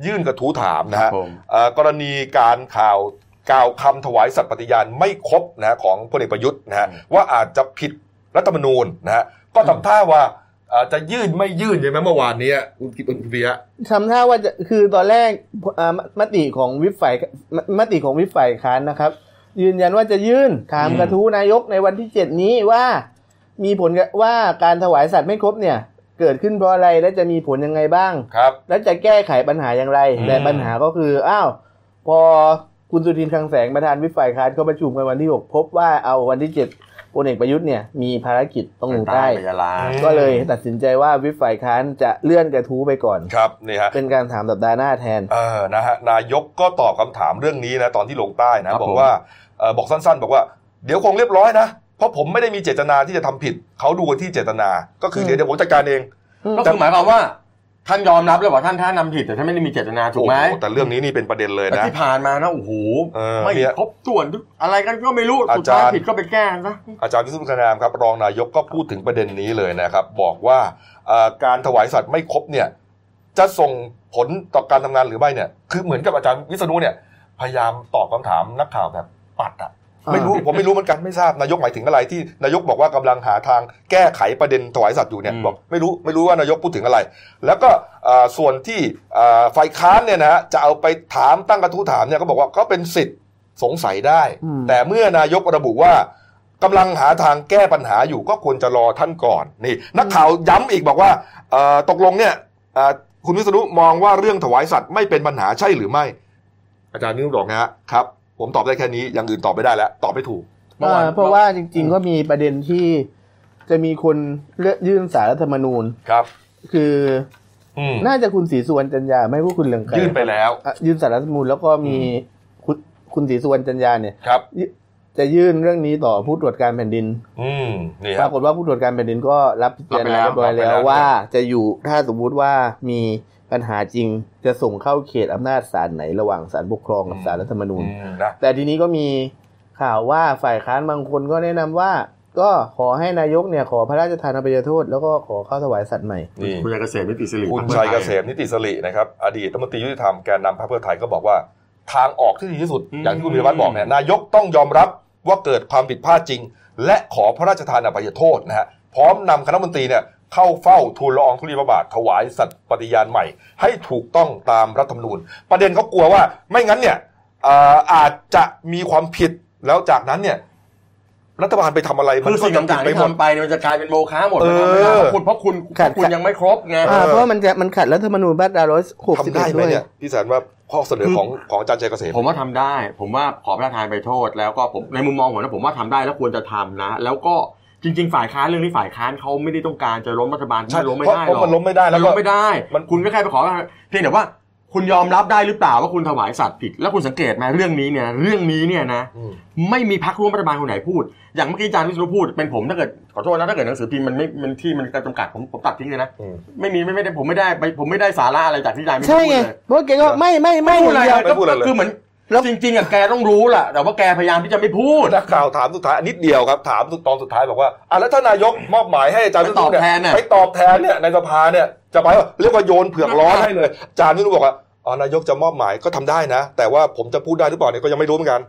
A: ยื่นกระทู้ถามนะ
B: ครั
A: ฮะ
B: บผม
A: เอ่อกรณีการข่าวกล่าวคำถวายสัตย์ปฏิญาณไม่ครบนะฮะของพลเอกประยุทธ์นะฮะว่าอาจจะผิดรัฐธรรมนูญนะฮะก็ทำท่าว่าเอ่อจะยื่นไม่ยื่นใช่ไหมเมื่อวานนี้อะคุณกิตคุณเบียะ
C: ทำท่าว่าจะคือตอนแรกอ่ามมติของวิปฝ่ายมมติของวิปฝ่ายค้านนะครับ ยืนยันว่าจะยื่นถาม
A: อืม
C: กระทู้นายกในวันที่เจ็ดนี้ว่า มีผลกับว่าการถวายสัตว์ไม่ครบเนี่ย เกิดขึ้นเพราะอะไรและจะมีผลยังไงบ้าง
A: ครับ
C: และจะแก้ไขปัญหาอย่างไร
A: อืม
C: แต่ปัญหาก็คืออ้าวพอคุณสุทินคลังแสงประธานวิปฝ่ายค้านเขาประชุมกันวันที่หกพบว่าเอาวันที่เจ็ดพลเอกประยุทธ์เนี่ยมีภารกิจต้องลงใต้
B: ไปยาลา
C: ก็เลยตัดสินใจว่าวิปฝ่ายค้านจะเลื่อนกระทู้ไปก่อน
A: ครับนี่ฮะ
C: เป็นการถามสัปดาห์หน้าแทน
A: เออนะฮะนายกก็ตอบคำถามเรื่องนี้นะตอนที่ลงใต้
B: ครั
A: นะ
B: บ
A: บอก
B: ผม
A: ว่าเอ่อบอกสั้นๆ บอกว่า เดี๋ยวคงเรียบร้อยนะ เพราะผมไม่ได้มีเจตนาที่จะทำผิด เขาดูกันที่เจตนา ก็คือเดี๋ยวเดี๋ยวผมจัดการเอง
B: ก็คือหมายความว่า ท่านยอมรับแล้วว่าท่านท่านนำผิดแต่ท่านไม่ได้มีเจตนาถูกไหม
A: โอ้โหแต่เรื่องนี้นี่เป็นประเด็นเลย
B: แต่
A: นะ
B: ที่ผ่านมานะโอ้โห
A: เออ
B: ไม่
A: เนี่ย
B: ครบถ้วนอะไรกันก็ไม่รู้สุด
A: อาจา
B: ท้าย
A: รย์
B: ผิดก็ไปแก้กันซะ
A: อาจารย์วิศนุเครืองามครับรองนายกก็พูดถึงประเด็นนี้เลยนะครับ บอกว่าเอ่อการถวายสัตว์ไม่ครบเนี่ยจะส่งผลต่อการทำงานหรือไม่เนี่ย คือเหมือนกับอาจารย์วิษณุเนี่ย พยายามตอบคำถามนักข่าวแบบปัดอะไม่รู้ผมไม่รู้เหมือนกันไม่ทราบนายกหมายถึงอะไรที่นายกบอกว่ากำลังหาทางแก้ไขประเด็นถวายสัตว์อยู่เนี่ย
B: อืม
A: บอกไม่รู้ไม่รู้ว่านายกพูดถึงอะไร แล้วก็เอ่อส่วนที่เอ่อฝ่ายค้านเนี่ยนะฮะจะเอาไปถามตั้งกระทู้ถามเนี่ยก็บอกว่าก็เป็นสิทธิ์สงสัยได้
C: อืม
A: แต่เมื่อนายกระบุว่ากำลังหาทางแก้ปัญหาอยู่ก็ควรจะรอท่านก่อนนี่ นักข่าวย้ำอีกบอกว่าเอ่อตกลงเนี่ยเอ่อคุณวิษณุมองว่าเรื่องถวายสัตว์ไม่เป็นปัญหาใช่หรือไม่ อาจารย์วิษณุบอกนะฮะครับ ผมตอบได้แค่นี้อย่างอื่นตอบไม่ได้แล้ว ตอบไม่ถูก
B: เมื่อวาน
C: อ่าเพราะว่าจริงๆก็มีประเด็นที่จะมีคนเลือกยื่นสารรัฐธรรมนูญ
A: ครับ
C: คือ
A: อืม
C: น่าจะคุณศรีสุวรรณจันยาไม่พูดคุณเรืองไกร
A: ยื่นไปแล้ว
C: อ่ะยื่นสารรัฐธรรมนูญแล้วก็มีคุณคุณศรีสุวรรณจันยาเนี่ย
A: ครับ
C: จะยื่นเรื่องนี้ต่อผู้ตรวจการแผ่นดิน
A: อืมนี่
C: ป
A: ฮะ
C: ราากฏว่าผู้ตรวจการแผ่นดินก็รับพิจารณาเรียบร้อย
A: รับไปแล้
C: แล้ว วว่าจะอยู่ถ้าสมมุติว่ามีปัญหาจริงจะส่งเข้าเขตอำนาจศาลไหนระหว่างศาลปกครองกับศาลรัฐธรรมนู
A: อื
C: ญ
A: มนะ
C: แต่ทีนี้ก็มีข่าวว่าฝ่ายค้านบางคนก็แนะนำว่า ก็ขอให้นายกเนี่ยขอพระราชทานอภัยโทษ แล้วก็ขอเข้าถวายสัตว์ใหม่
A: นี่
B: คุณชัยเกษมนิติสิริ
A: คุณชัยเกษมนิติสรินะครับอดีตรัฐมนตรียุติธรรมแกนนำพรรคเพื่อไทยก็บอกว่าทางออกที่ดีที่สุด อย่างที่คุณพิรวัตรบอกเนี่ยนายกต้องยอมรับว่าเกิดความผิดพลาดจริง และขอพระราชทานอภัยโทษนะฮะพร้อมนำคณะมนตรีเนี่ยเข้าเฝ้าทูลละอองธุลีพระบาทถวายสัตย์ปฏิญาณใหม่ ให้ถูกต้องตามรัฐธรรมนูญ ประเด็นเขากลัวว่าไม่งั้นเนี่ยเอ่ออาจจะมีความผิดแล้วจากนั้นเนี่ยรัฐบาลไปทำอะไรมั
B: คือ
A: ก็
B: สิ่ง
A: ยังผิด
B: ต่างๆ
A: ไป
B: ที่
A: หมด
B: ทำไปเนี่ยมันจะกลายเป็นโมฆะหมด
A: เออ
B: ไม่ได้เพราะคุณเพราะคุณ
C: ขาด
B: คุณยังไม่ครบไง
A: เออ
C: อ่าเพราะว่ามันจะมันขัดรัฐธรรมนูญมาตราร้อยหกสิบ
A: ทำได้ไหม
C: ด้วย
A: เนี่ยพี่แสนว่าข้อเสนอของของอาจารย์ชัยเกษม
B: ผมว่าทำได้ ผมว่าขอประทานไปโทษ แล้วก็ผมในมุมมองผมนะผมว่าทำได้แล้วควรจะทำนะ แล้วก็จริง ๆ ฝ่ายค้านเรื่องนี้ฝ่ายค้านเขาไม่ได้ต้องการจะล้มรัฐบาล
A: ใช่
B: มันล้มไม่ได้ห
A: เพ
B: ร
A: ราะ
B: อก
A: มันล้มไม่ได้แล้วก็
B: นล้มไม่ได้
A: มัน
B: คุณก็แค่ไปขอประทานเพียงแต่ว่า คุณยอมรับได้หรือเปล่าว่าคุณถวายสัตว์ผิด แล้วคุณสังเกตไหมเรื่องนี้เนี่ยเรื่องนี้เนี่ยนะ
A: อืม
B: ไม่มีพักร่วมรัฐบาลคนไหนพูด อย่างเมื่อกี้อาจารย์วิศนุพูด เป็นผมถ้าเกิดขอโทษนะถ้าเกิดหนังสือพิมพ์มันไม่มันที่มันจำกัดผมผมตัดทิ้งเลยนะ
A: อืม
B: ไม่มีไม่ไม่ได้ผมไม่ได้ไปผมไม่ได้สาระอะไรจากที่อาจารย์วิศนุ
C: ใช่
B: พูด
C: ไง
B: เลย
C: เพราะแกก็ไม่ไม่ไม่
B: พูดอะไร
C: อย่างเดียว
A: ไม่พูดอะไรเลย
B: ก็คือเหมือน
C: แล้ว
B: จริงๆอะแกต้องรู้ล่ะ แต่ว่าแกพยายามที่จะไม่พูด
A: นักข่าวถามสุดท้ายนิดเดียวครับ ถามตอนสุดท้ายบอกว่าอ่ะแล้วถ้านายกมอบหมายให้อาจารย์
B: ไปตอบ
A: วิษณุเย
B: แทนน่ะ
A: ไปตอบแทนเนี่ยในสภาเนี่ยจะไปว่าเรียกว่าโยนเผือกร้อนให้เลยอาจารย์วิษณุบอกว่าอ๋อนายกจะมอบหมายก็ทำได้นะ แต่ว่าผมจะพูดได้หรือเปล่าเนี่ยก็ยังไม่รู้เหมือนกัน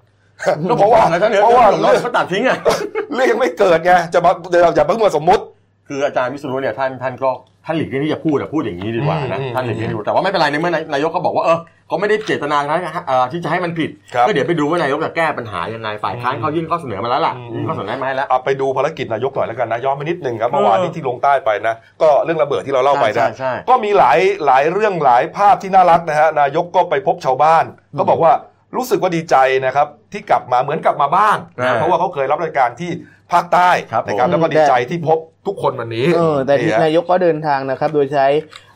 A: เพราะว่า
B: แล้วท่านเหนือ
A: เพราะว่า
B: ผม
A: เรื่อง
B: ก็ตัดทิ้งอะ
A: เรื่องยังไม่เกิดไงจะมาเดี๋ยวอย่าเพิ่งมาสมมติ
B: คืออาจารย์วิศนุเนี่ยท่านท่านก็ท่านหลีกเลี่ยงที่จะพูดอะพูดอย่างนี้ดีกว่านะ
A: อืม
B: ท่านหลีกเลี่ยงอยู่แต่ว่าไม่เป็นไรในเมื่อนายกก็บอกว่าเออก็ไม่ได้เจตนานะเอ่อที่จะให้มันผิด
A: ครับ
B: ก็เดี๋ยวไปดูว่านายกจะแก้ปัญหายังไงฝ่ายค้านเขายื่นข้อเสนอมาแล้วล่ะ
A: อืม
B: ยื่นข้อเสนอมาให้แล้ว
A: อ่ะไปดูภารกิจนายกหน่อยแล้วกันนะย้อนไปนิดหนึ่งครับเมื่อวานนี้
B: เออ
A: ที่ลงใต้ไปนะ ก็เรื่องระเบิดที่เราเล่าไป
B: ใช่
A: นะ
B: ใช่ใช่
A: ก็มีหลายหลายเรื่องหลายภาพที่น่ารักนะฮะนายกก็ไปพบชาวบ้าน ก็บอกว่ารู้สึกว่าดีใจนะครับที่กลับมาเหมือนกลับมาบ้านนะเพราะว่าเขาเคยรับราชการที่ภาคใต้นะครับ
C: ผม
A: แล้วก็ดีใจที่พบทุกคนวันนี้
C: เออแต่ที่
A: ฮะ
C: นายกก็เดินทางนะครับ โดยใช้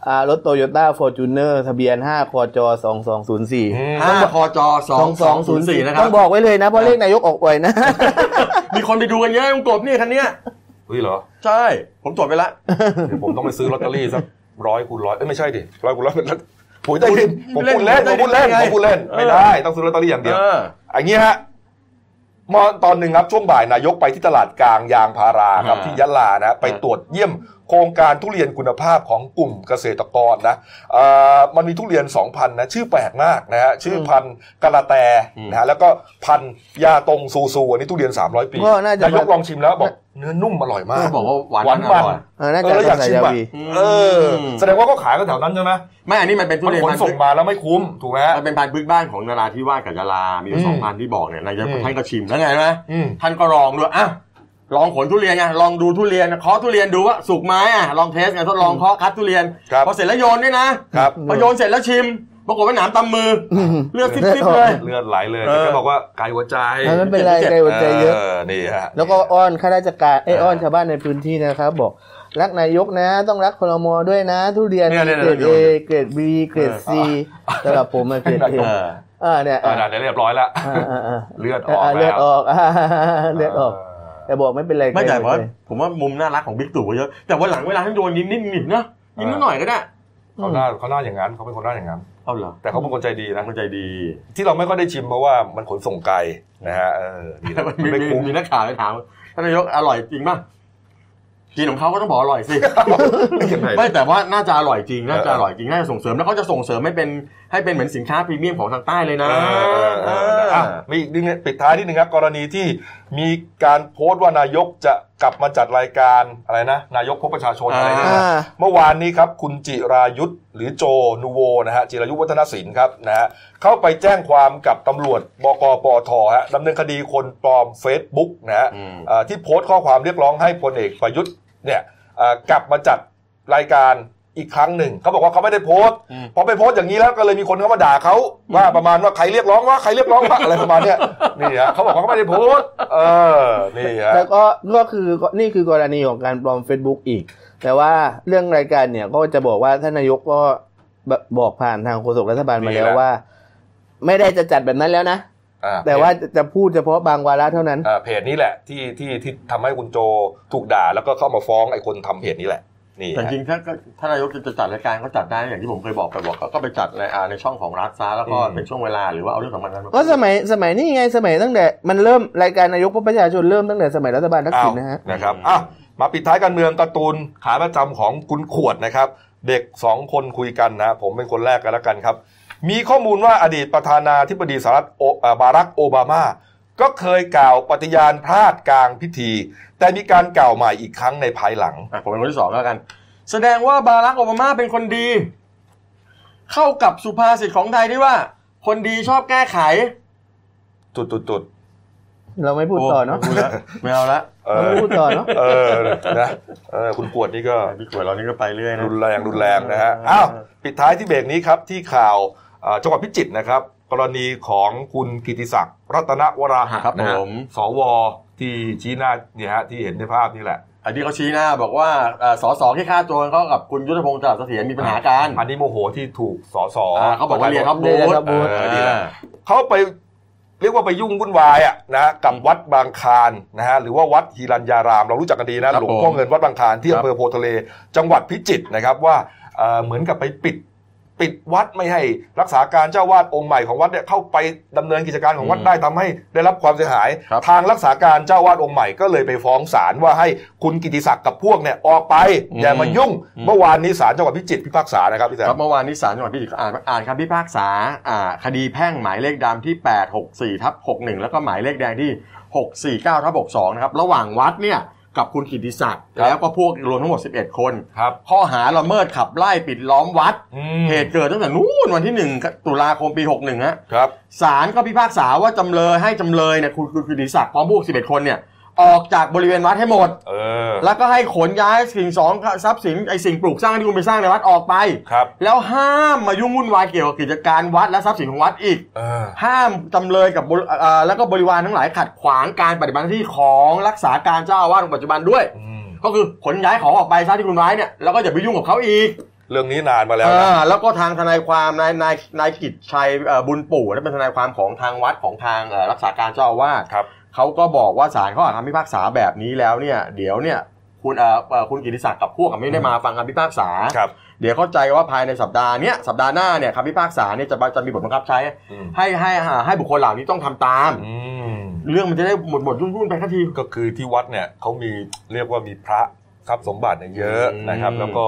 C: อ่ารถโตโยต้าฟอร์จูเนอร์ทะเบียน 5 คจ 2204
B: ห้าคอจสองสองศูนย์สี่นะครั
C: ต้
B: บ
C: องบอกไว้เลยนะ เพราะเลขนายกออกบ่อยนะ
B: มีคนไปดูกันเยอะคุณกบเนี่ยคันเนี้ย
A: เฮ้ยเหรอ
B: ใช่ผมตรวจไปละ
A: เดี๋ยวผมต้องไปซื้อลอตเตอรี่สักร้อยคูณร้อยเอ้ยไม่ใช่ดิร้อยคูณร้อยเป็นผมได้ดินผมพูดเล่นผมพูดเล่นผมพูดเล่นไม่ได้ต้องซื้อลอตเตอรี่อย่างเดียว
B: เออ
A: อย่างนี้ฮะมอตอนหนึ่งครับช่วงบ่ายนายกไปที่ตลาดกลางยางพาราครับ
B: อ่า
A: ที่ยะลานะไปตรวจเยี่ยมโครงการทุเรียนคุณภาพของกลุ่มเกษตรกรนะเอ่อมันมีทุเรียน 2,000นะชื่อแปลกมากนะฮะชื่อพันธุ์กะละแต
B: อืม
A: นะฮะแล้วก็พันธุ์ยาตรงซูซูอันนี้ทุเรียน 300 ปี
C: ก็น่าจะ
A: นายกลองชิมแล้วบอกเนื้อนุ่มอร่อยมาก
B: เขาบอกว่าหวาน
A: หวานมัน
B: อร่อย
C: เออน่า
A: เอ
C: จะ
A: อแล้วอยาก
C: สงสั
A: ชิ
C: ย
A: ม
C: ยา
A: อ่ะ
C: วี
A: เออแสดงว่าก็ขายกันแถวนั้นใช่ไหม
B: ไม่ อันนี้มันเป็นทุ
A: มัน
B: เรียน
A: ขน
B: พัน
A: ส่ง
B: ธุ์
A: มาแล้วไม่คุ้มถูกไหมฮะ
B: มันเป็นพันธุ์พื้นบ้านของนราธิวาสกับยะลา มีอ
A: อื
B: ยู่
A: ม
B: สองพันที่บอกเนี่ยนายก
A: อืม
B: ท่านก็ชิมแล้วไงนะ
A: อืม
B: ท่านก็ลองด้วยอ่ะลองขนทุเรียนไงลองดูทุเรียนเคาะทุเรียนดูว่าสุกไหมอ่ะลองเทสไงทดลองเคาะคัดทุเรียน
A: ครับ
B: พอเสร็จแล้วโยนด้วยนะครับ พอโยนเสร็จแล้วชิม ปรากฏว่าหนามตำมืออ
C: ม
B: เลือดซิบๆเลย
A: เลือดไหลเลย
B: เออ
A: แกบอกว่าไกลหัวใจ
C: แล้วไม่เป็นไร
B: เจ็ด
C: ใจหัวใจเยอะ
A: นี่ฮะ
C: แล้วก็อ้อนข้าราชการเอ้ย
A: เออ
C: อ้อนชาวบ้านในพื้นที่นะครับ บอกรักนายกนะ ต้องรักคลมด้วยนะ ทุเรียน
B: เนี่
C: เก
B: ยเนี่ย
C: รด
B: เนี่ย
C: เอ
B: เนี่ย
C: เกรดบีเกรดซีสำหรับผมอะเกรดเอ
B: เออ
C: อ่าเนี่ย
A: เออ
C: อ่า
A: ได้เรียบร้อยแล้ว
C: อ่าอ่า
A: เลือดอ
C: อ่า
A: อก
C: เลือด
A: แล้ว
C: ออกอ่าเลือดออก
A: เ
C: แต่บอกไม่เป็นไร
B: ไม่แต่
C: ใคร
B: ว่า
C: เลย
B: ผมว่ามุมน่ารักของบิ๊กตู่ก็เยอะ แต่วันหลังเวลาท่านโดนยิ้มนิดหนึ่งนะยิ้มนิดหน่อยก็ได้
A: เขาหน้าเขาหน้าอย่างนั้นเขาเป็นคนหน้าอย่างนั้น
B: เอาเหรอ
A: แต่เขาเป็นคนใจดีนะ
B: มันใจดี
A: ที่เราไม่ค่อยได้ชิมเพราะว่ามันขนส่งไกลนะฮะเออดี นะ
B: มี
A: ไม่
B: มี
A: คุ้ม
B: มีนักข่าวไปถามท่านนายกอร่อยจริงป่ะกินของเขาก็ต้องบอกอร่อยสิ
A: ยังไง
B: ไม่แต่ว่าน่าจะอร่อยจริงน่าจะอร่อยจริงน่าจะส่งเสริมแล้วเขาจะส่งเสริมให้เป็นให้เป็นเหมือนสินค้าพรีเมียมของทางใต้เลย
A: เอ
B: นะ
A: อเออเอออ่ะมีอีกนิดนึงปิดท้ายนิดนึงครับ กรณีที่มีการโพสต์ว่านายกจะกลับมาจัดรายการอะไรนะนายกพบประชาชนอะไรนะ
C: อ่า
A: เมื่อวานนี้ครับ คุณจิรายุทธหรือโจนูโวนะฮะจิรายุทธวัฒนศิลป์ครับนะฮะเข้าไปแจ้งความกับตำรวจบกปอทฮะดำเนินคดีคนปลอม Facebook นะฮะ
B: อืม
A: เอ่อที่โพสต์ข้อความเรียกร้องให้พลเอกประยุทธ์เนี่ยเอ่อกลับมาจัดรายการอีกครั้งหนึ่ง เขาบอกว่าเขาไม่ได้โพสต์
B: อืม
A: พอไปโพสต์อย่างนี้แล้วก็เลยมีคนเข้ามาด่าเขาว่าประมาณว่าใครเรียกร้องว่าใครเรียกร้องว่าอะไรประมาณเนี้ยนี่ฮะเขาบอกว่าเขาไม่ได้โพสต์เออนี่ฮะ
C: แล้วก็ก็คือนี่คือกรณีของการปลอม Facebook อีก แต่ว่าเรื่องรายการเนี่ยก็จะบอกว่าท่านนายกก็แบบบอกผ่านทางโฆษกรัฐบาลมาแล้ว
A: ดีแล้ว
C: ว่า ไม่ได้จะจัดแบบนั้นแล้วนะ
A: อ่ะ
C: แต่ว่าจะพูดเฉพาะบางวาระเท่านั้น
A: เอ่อเพจนี้แหละที่ที่ที่ทำให้คุณโจถูกด่าแล้วก็เข้ามาฟ้องไอ้คนทำเพจนี้แหละ นี่
B: แต่จริงๆถ้าก็ถ้านายกจะจัดรายการก็จัดได้อย่างที่ผมเคยบอกไปบอกก็ก็ไปจัดในอ่าในช่องของรัฐซะแล้วก็เป็นช่วงเวลาหรือว่าเอาเรื่องสำคัญนั้นมา
C: ก็สมัยสมัยนี้ไงสมัยตั้งแต่มันเริ่มรายการนายกพบประชาชนเริ่มตั้งแต่สมัยรัฐบาลทัก
A: อ้า
C: ษิ
A: ว
C: ณนะฮะ
A: นะครับอ่ะมาปิดท้ายการเมืองการ์ตูนขาประจำของคุณขวดนะครับ เด็กสองคนคุยกันนะ ผมเป็นคนแรกกันแล้วกันครับ มีข้อมูลว่าอดีตประธานาธิบดีสหรัฐโอเอ่อบารักโอบามา ก็เคยกล่าวปฏิญาณพลาดกลางพิธี แต่มีการกล่าวใหม่อีกครั้งในภายหลัง
B: อ่ะผมเป็นคนที่สองแล้วกัน แสดงว่าบารักโอบามาเป็นคนดี เข้ากับสุภาษิตของไทยที่ว่า คนดีชอบแก้ไข
A: จุดจุดจุด
C: เราไม่พูดต่อเนาะ
B: โไม่พูดแล้วไม่เอาละ
A: เอ
C: เรา
A: อ
C: ไม่พูดต่อเนาะ
A: เออนะเออคุณขวดนี่ก็
B: พี่ขวดเรานี่ก็ไปเรื่อยนะ
A: รุนแรงรุนแรงนะฮะ อ้าว ปิดท้ายที่เบรกนี้ครับ ที่ข่าวเอ่อจังหวัดพิจิตรนะครับ กรณีของคุณกิติศักดิ์รัตนวราหะ
B: ครับ
A: นะฮะ
B: ผม
A: สวที่ชี้หน้าเนี่ยฮะที่เห็นในภาพนี่แหละ
B: อันนี้เขาชี้หน้าบอกว่าเอ่อสสที่ฆ่าโจรเขากับคุณยุทธพงศ์จรัสเสถียรมีปัญหากัน
A: อันนี้โมโหที่ถูกสส
B: อ่าเขาบอกว่าเรียนครับบู
C: เรียน
B: ธ
C: ครับบูธ
B: เออดีแล้ว
A: เขาไปเรียกว่าไปยุ่งวุ่นวายอ่ะนะฮะกับวัดบางคารนะฮะหรือว่าวัดฮิรัญญาราม เรารู้จักกันดี
B: ครั
A: นะ
B: บ
A: หลวงพ่อ
B: ผม
A: เงินวัดบางคารที่
B: ครับ
A: อำเภอโพธิ์ทะเล จังหวัดพิจิตรนะครับว่าเอ่อเหมือนกับไปปิดปิดวัดไม่ให้รักษาการเจ้าวาดองค์ใหม่ของวัดเนี่ยเข้าไปดำเนินกิจการของวัดได้ทำให้ได้รับความเสียหาย
B: ครับ
A: ทางรักษาการเจ้าวาดองค์ใหม่ก็เลยไปฟ้องศาลว่าให้คุณกิติศักดิ์กับพวกเนี่ยออกไปอย่ามายุ่ง เมื่อวานนี้ศาลจังหวัดพิจิตรพิพากษานะครับพี่แซม
B: ครับเมื่อวานนี้ศาลจังหวัดพิจิตรอ่านอ่านคำพิพากษาอ่าคดีแพ่งหมายเลขดำที่ 864ทับ61 แล้วก็หมายเลขแดงที่ 649ทับ62นะครับระหว่างวัดเนี่ยกับคุณกิติศักดิ์
A: ครับ
B: แล้วก็พวกรวมทั้งหมด 11 คน
A: ครับ
B: ข้อหาละเมิดขับไล่ปิดล้อมวัด
A: อืม
B: เหตุเกิดตั้งแต่นู่นวันที่ 1 ตุลาคมปี 61ฮะ
A: ครับ
B: ศาลก็พิพากษาว่าจำเลยให้จำเลยเนี่ยคุณคุณคุณดิศักดิ์พร้อมพวก 11 คนเนี่ย ออกจากบริเวณวัดให้หมด
A: เออ
B: แล้วก็ให้ขนย้ายสิ่งสองทรัพย์สินไอสิ่งปลูกสร้างที่คุณไปสร้างในวัดออกไป
A: ครับ
B: แล้วห้ามมายุ่งวุ่นวายเกี่ยวกับกิจการวัดและทรัพย์สินของวัดอีก
A: เออ
B: ห้ามจำเลยกับบริเอ่อแล้วก็บริวารทั้งหลายขัดขวางการปฏิบัติหน้าที่ของรักษาการเจ้าอาวาสองค์ปัจจุบันด้วย
A: อืม
B: ก็คือขนย้ายของออกไปซะที่คุณร้ายเนี่ยแล้วก็อย่าไปยุ่งกับเขาอีก
A: เรื่องนี้นานมาแล้วนะ
B: อ่าแล้วก็ทางทนายความนายนายนายกิจชัยเอ่อบุญปู่นั่นเป็นทนายความของทางวัดของทางเอ่อรักษาการเจ้าอาวาส
A: ครับ
B: เขาก็บอกว่าศาลเขาอ่านคำพิพากษาแบบนี้แล้วเนี่ยเดี๋ยวเนี่ยคุณเอ่อเอ่อคุณกิติศักดิ์กับพวกอ่ะไม่ได้มาฟังคำพิพากษา
A: ครับ
B: เดี๋ยวเข้าใจว่าภายในสัปดาห์เนี้ยสัปดาห์หน้าเนี่ยคำพิพากษาเนี่ยจะมาจะมีบทบังคับใช้
A: อืม
B: ให้ให้ให้ให้บุคคลเหล่านี้ต้องทำตาม
A: อืม
B: เรื่องมันจะได้หมดหมดยุ่นยุ่นไปทันที
A: ก็คือที่วัดเนี่ยเขามีเรียกว่ามีพระทรัพย์สมบัติเนี่ยเยอะ
B: อืม
A: นะครับ แล้วก็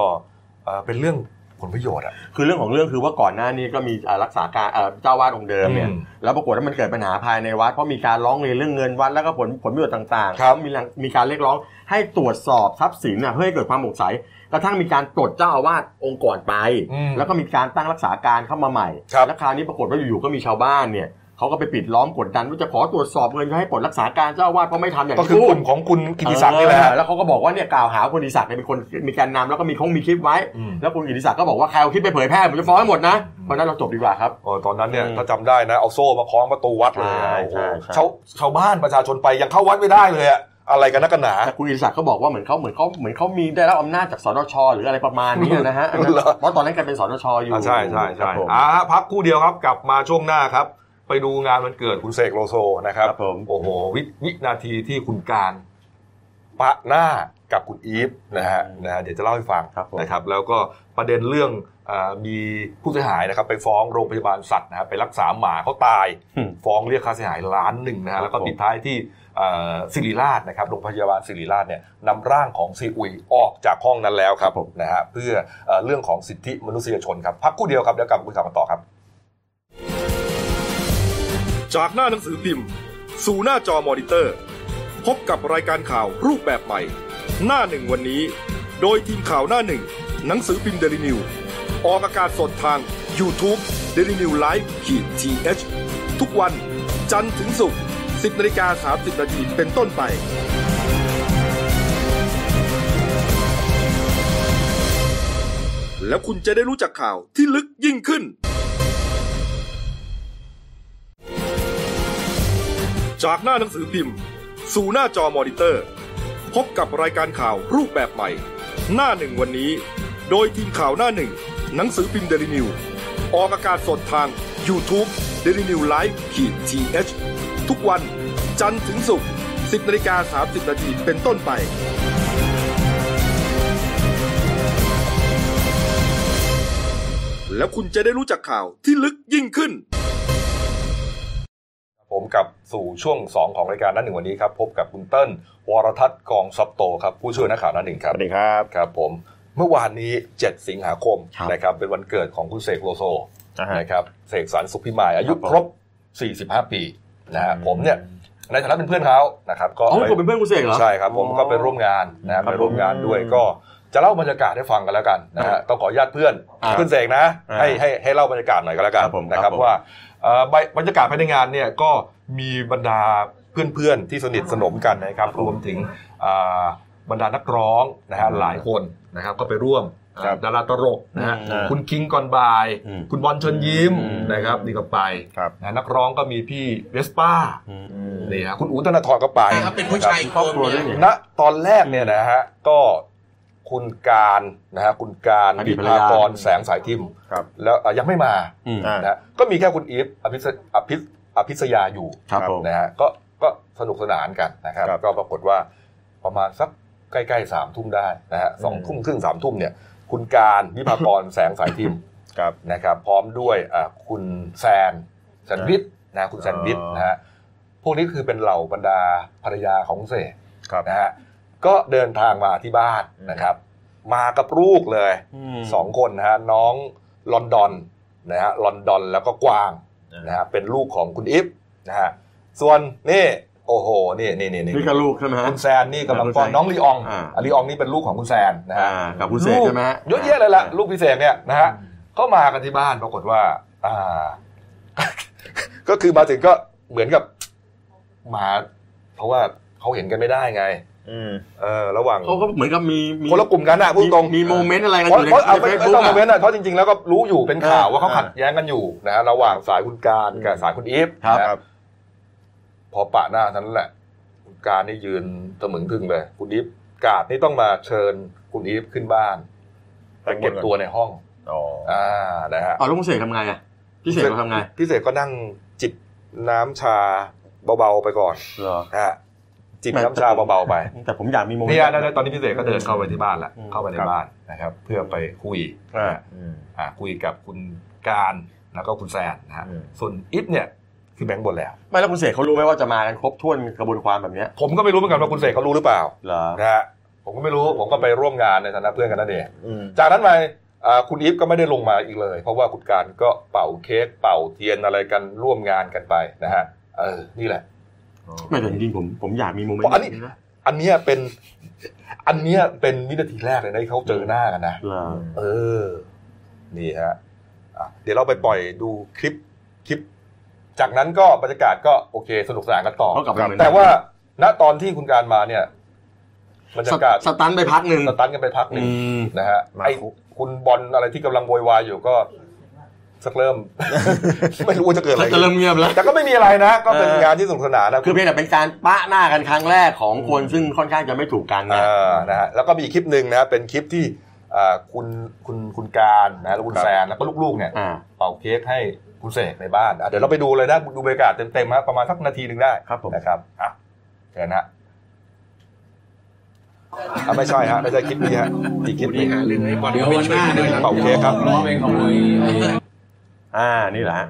A: เอ่อเป็นเรื่องผลประโยชน์อ่ะ
B: คือเรื่องของเรื่องคือว่าก่อนหน้านี้ก็มีเอ่อรักษาการเอ่อเจ้าวาดองค์เดิมเนี่ย
A: อืม
B: แล้วปรากฏว่ามันเกิดปัญหาภายในวัดเพราะมีการร้องเรียนเรื่องเงินวัดแล้วก็ผลผลประโยชน์ต่างๆ
A: ครับ
B: มีหลังมีการเรียกร้องให้ตรวจสอบทรัพย์สินน่ะเพื่อให้เกิดความโปร่งใสกระทั่งมีการปลดเจ้าอาวาสองค์ก่อนไป
A: อืม
B: แล้วก็มีการตั้งรักษาการเข้ามาใหม่
A: ครับ
B: แล้วคราวนี้ปรากฏว่าอยู่ๆก็มีชาวบ้านเนี่ยเขาก็ไปปิดล้อมกดดันว่าจะขอตรวจสอบเงินให้ปลดรักษาการเจ้าอาวาสเพราะไม่ทำอย่าง
A: ก็
B: ที่
A: คือ
B: พู
A: ก
B: ด
A: ลุ่มของคุณกิติศักดิ์นี่แหละฮะ
B: เออแล้วเขาก็บอกว่าเนี่ยกล่าวหาคุณกิติศักดิ์เนี่ยเป็นคนมีการนำแล้วก็มีคงมีคลิปไว้
A: อืม
B: แล้วคุณกิติศักดิ์ก็บอกว่าใครเอาคลิปไปเผยแพร่ผมจะฟ้องให้หมดนะเพราะฉะนั้นเราจบดีกว่าครับ
A: เออตอนนั้นเนี่ย
B: อืม
A: ถ้าจำได้นะเอาโซ่มาคล้องประตูวัดเลยอะ
B: ใช่
A: โอ้โห
B: ใช่ใช่
A: ชาวชาวบ้านประชาชนไปยังเข้าวัดไม่ได้เลยอะอะไรกันนักกันหนา
B: แต่คุณกิติศักดิ์เขาบอกว่าเหมือนเขาเหมือนเขาเหมือนเขามีได้รับอำนาจจากสนชหรืออะไรประมาณนี้นะฮะอันนั้น
A: เหรอ
B: เพราะตอนนั้นแกเป็นสนชอยู่
A: อ่ะใช่ใช่
B: ครั
A: ใช่
B: บผม
A: อ่ะพักครู่เดียวครับกลับมาช่วงหน้าครับ ไปดูงานวันเกิดคุณเสกโลโซนะครับ
B: ครับผม
A: โอ้โหวิวินาทีที่คุณการ ปะหน้ากับคุณอีฟนะฮะนะฮะเดี๋ยวจะเล่าให้ฟัง
B: ครับผม
A: นะครับ แล้วก็ประเด็นเรื่องอามีผู้เสียหายนะครับ ไปฟ้องโรงพยาบาลสัตว์นะฮะไปรักษาหมาเขาตาย
B: อืม
A: ฟ้องเรียกค่าเสียหายล้านหนึ่งนะฮะ
B: ครับ
A: แล้วก็
B: ผม
A: ปิดท้ายที่เอ่อศิริราชนะครับโรงพยาบาลศิริราชเนี่ยนำร่างของซีอุยออกจากห้องนั้นแล้วครับนะฮะเพื่อเอ่อเรื่องของสิทธิมนุษยชนครับพักครู่เดียวครับเดี๋ยวกลับมาคุยข่าวกันต่อครับ
D: จากหน้าหนังสือพิมพ์ สู่หน้าจอมอนิเตอร์ พบกับรายการข่าวรูปแบบใหม่ หน้าหนึ่งวันนี้ โดยทีมข่าวหน้าหนึ่ง หนังสือพิมพ์เดลิวิวออกอากาศสดทาง y o u t u เด d ิวิวไลฟ์ขีดทีเทุกวัน จันทร์ถึงศุกร์10นาฬิกา30นาทีเป็นต้นไป แล้วคุณจะได้รู้จักข่าวที่ลึกยิ่งขึ้น จากหน้าหนังสือพิมพ์ สู่หน้าจอมอนิเตอร์ พบกับรายการข่าวรูปแบบใหม่ หน้าหนึ่งวันนี้ โดยทีมข่าวหน้าหนึ่ง หนังสือพิมพ์เดลิวิวออกอากาศสดทาง y o u t u เด d ิวิวไลฟ์ขีดทีเทุกวัน จันทร์ถึงศุกร์10นาฬิกา30นาทีเป็นต้นไป แล้วคุณจะได้รู้จักข่าวที่ลึกยิ่งขึ้น
A: ผมกลับสู่ช่วง 2 ของรายการหนั้นหนึ่งวันนี้ครับ พบกับคุณเติ้ลวรทัศน์กองซับโตครับผู้ช่วยนักข่าวหนั้นหนึ่งค
B: ส
A: รับ
B: วัสดีครับ
A: ครับผมเมื่อวานนี้ 7 สิงหาคม
B: ครับ
A: นะครับเป็นวันเกิดของคุณเสกโลโซ
B: อ่าฮะ
A: นะครับเสกสรรสุขพิมายอายุ
B: ครับผม
A: ครบ 45 ปีนะฮะผมเนี่ยในฐานะเป็นเพื่อนเขานะครับก็
B: อ๋อ
A: ไป
B: คุณเป็นเพื่อนคุณเสกเหรอ
A: ใช่ครับผม
B: อ๋อ
A: ก็ไปร่วมงานนะฮะ
B: ครับ
A: ไปร่วมงานด้วย
B: ผม
A: ก็จะเล่าบรรยากาศให้ฟังกันแล้วกันนะ
B: ครั
A: ฮะ
B: บ
A: ต้องขออนุญาตเพื่อน
B: อ่า
A: เพื่อนเสกนะ
B: อ่า
A: ให้ให้ให้เล่าบรรยากาศหน่อยก็แล้วกัน
B: ครับผม
A: นะค
B: ครั
A: รับบ
B: ผม
A: ว่าเอ่อใบบรรยากาศภายในงานเนี่ยก็มีบรรดาเพื่อนๆที่สนิทสนมกันนะครับรวมถึงอ่าบรรดานักร้องนะฮะหลายคนนะครับก็ไปร่วมอ่าดาราตลกนะฮะ
B: อ่า
A: คุณคิงก่อนบาย
B: อืม
A: คุณบอลเชิญยิ้ม
B: อืม
A: นะครับนี่ก็ไป
E: ครับ
A: นะนักร้องก็มีพี่เวสป้า
B: อืม
A: นี่ฮะคุณอู๋ธนาธรก็ไป
F: ใช่ครับเป็นผู้ชาย
A: ะครับ
F: ครอบครัว
B: ครอบครัวด้วยนี่
A: ณตอนแรกเนี่ยนะฮะก็คุณการนะฮะคุณการ
B: อดี
A: วิ
B: ตภรรยา
A: ภากรแสงสายทิม
E: ครับ
A: แล้วอ่ะยังไม่มา
B: อืม
E: อ่า
A: นะฮะก็มีแค่คุณอีฟอภิษอภิษอภิษยาอยู่
B: ครับผม
A: นะฮะก็ก็สนุกสนานกันนะครับ
E: ครับ
A: ก็ปรากฏว่าประมาณสักใกล้ๆสามทุ่มได้นะฮะสองทุ่มครึ่งสามทุ่มเนี่ย คุณการวิภากร แสงสายทิม
E: ครับ
A: นะครับ พร้อมด้วยอ่ะคุณแซนแซนวิชนะคุณแซนวิช
E: อ๋อ
A: นะฮะพวกนี้คือเป็นเหล่าบรรดาภรรยาของคุณเสก
E: ครับ
A: นะฮะก็เดินทางมาที่บ้านนะครับ มากับลูกเลย
B: ม
A: สองคนนะฮะน้องลอนดอนนะฮะลอนดอนแล้วก็กวาง
E: อ่าน
A: นะฮะเป็นลูกของคุณอิฟนะฮะส่วนนี่โอ้โหนี่นี่นี่นี่
B: นี่ก็ลูกใช่ไหมฮะ
A: คุณแซนนี่กำลังป้อนน้องลีออง
B: อ่า
A: อ่ะลีอองนี่เป็นลูกของคุณแซนนะ
B: อ่า
A: ฮะ
B: กับคุณเสกใช่ไหมฮะ
A: เยอะแยะเลยล่ะลูกพิเศษเนี่ยนะฮะก็มากันที่บ้านปรากฏว่าอ่า ก็คือมาถึงก็เหมือนกับมาเพราะว่าเขาเห็นกันไม่ได้ไง
E: อืม
A: เออระหว่าง
B: เขาก็เหมือนกับมีมี
A: คนละกลุ่มกันอะพูดตรง
B: มีมีโมเมนต์อะไรกัน
A: เพ
B: อ
A: ราะ
B: ยู่ใน
A: เพราะเอาไม่ไม่
B: ในเฟซบุ๊
A: ต้อก ง
B: อะ
A: มาเว้นอะเพราะจริงๆแล้วก็รู้อยู่เป็นข่าวว่าเขา
B: อ่า
A: ขัดแย้งกันอยู่นะฮะระหว่างสายคุณการกับสายคุณอีฟ
B: ครับ
A: นะพอปะหน้าเท่านั้นแหละ คุณการนี่ยืนตะมึงทึ่งเลย คุณอีฟกาดนี่ต้องมาเชิญคุณอีฟขึ้นบ้านไปเก็บตัวในห้อง
E: อ๋อ
A: อ่านะฮะ
B: อ๋อแล้วคุณเสกทำไงอ่ะพี่เสกเราทำไง
A: พี่เสกก็นั่งจิบน้ำชาเบาๆไปก่อน
B: เหรอ
A: นะฮะจิบน้ำชาเบาๆไป
B: แต่ผมอยากมีโมเมน
A: เนี่
B: ต์
A: ย
B: แบบ
A: ตอนนี้พี่เสกก็เดินเข้าไปที่บ้านละ
B: อืม
A: เข้าไปในบ้านนะครับ เพื่อไปคุย
E: อ่าอืม
A: อ่าคุยกับคุณการแล้วก็คุณแซนนะฮะ
E: อืม
A: ส่วนอิฟเนี่ยคือแบงค์บนแล้ว
B: ไม่แล้วคุณเสกเขารู้ไหมว่าจะมากันครบถ้วนกระบวนความแบบเนี้ย
A: ผมก็ไม่รู้เหมือนกันว่าคุณเสกเขารู้หรือเปล่า
B: เหรอ
A: นะฮะผมก็ไม่รู้ผมก็ไปร่วมงานในฐานะเพื่อนกันนั่นเอง
E: อืม
A: จากนั้นไปอ่าคุณอิฟก็ไม่ได้ลงมาอีกเลย เพราะว่าคุณการก็เป่าเค้กเป่าเทียนอะไรกันร่วมงานกันไปนะฮะเออนี่แหละ
B: ไม่แต่จริงๆผมผมอยากมีโมเมน
A: เพราะ
B: ต์
A: อันนี้
B: แบบะ
A: อันเนี้ยเป็น อันเนี้ยเป็นวินาทีแรกเลยนะที่เขาเจอหน้ากันนะ
B: เหรอ
A: เออ นี่ฮะอ่ะเดี๋ยวเราไปปล่อยดูคลิป คลิป จากนั้นก็บรรยากาศก็โอเค สนุกสนานกันต่อ
B: เอากลับไปเหมือนเดิม
A: แต่ว่า ณ ตอนที่คุณการมาเนี่ย บรรยากาศ
B: สตันไปพักหนึ่ง
A: สตันกันไปพักหนึ่ง
B: อืม
A: นะฮะ
E: มา
A: ไอ้
E: คุก
A: คุณบอลอะไรที่กำลังโวยวายอยู่ก็ สักเริ่ม ไม่รู้ว่าจะเกิดอะไร
B: จะเริ่มเงียบแล้ว
A: แต่ก็ไม่มีอะไรนะ ก็เป็น
B: เออ
A: งานที่สนุกสนานนะ
B: คือเพียงแต่เป็นการปะหน้ากันครั้งแรกของคนซึ่งค่อนข้างจะไม่ถูกกัน
A: เอ
B: นะ
A: อนะฮะ แล้วก็มีอีกคลิปหนึ่งนะฮะเป็นคลิปที่อ่าคุณคุณคุณการนะ แล้วคุณ
E: ครับ
A: แซนแล้วก็ลูกๆเนี่ย
B: อ่า
A: เป่าเค้กให้คุณเสกในบ้านอ่ะเดี๋ยวเราไปดูเลยนะดูบรรยากาศเต็มๆฮะประมาณสักนาทีหนึ่งได้
B: ครับผม
A: นะครับอ่ะเชิญฮะ อ่ะไม่ใช่ฮะไม่ใช่คลิปนี้ฮะอีกคลิปหนึง
E: เดี๋ยววันหน้าเนี่ย
A: เป่าเค้กครับ
E: ร้องเพลงของไอ้ไอ้
B: อ่านี่แหละฮะ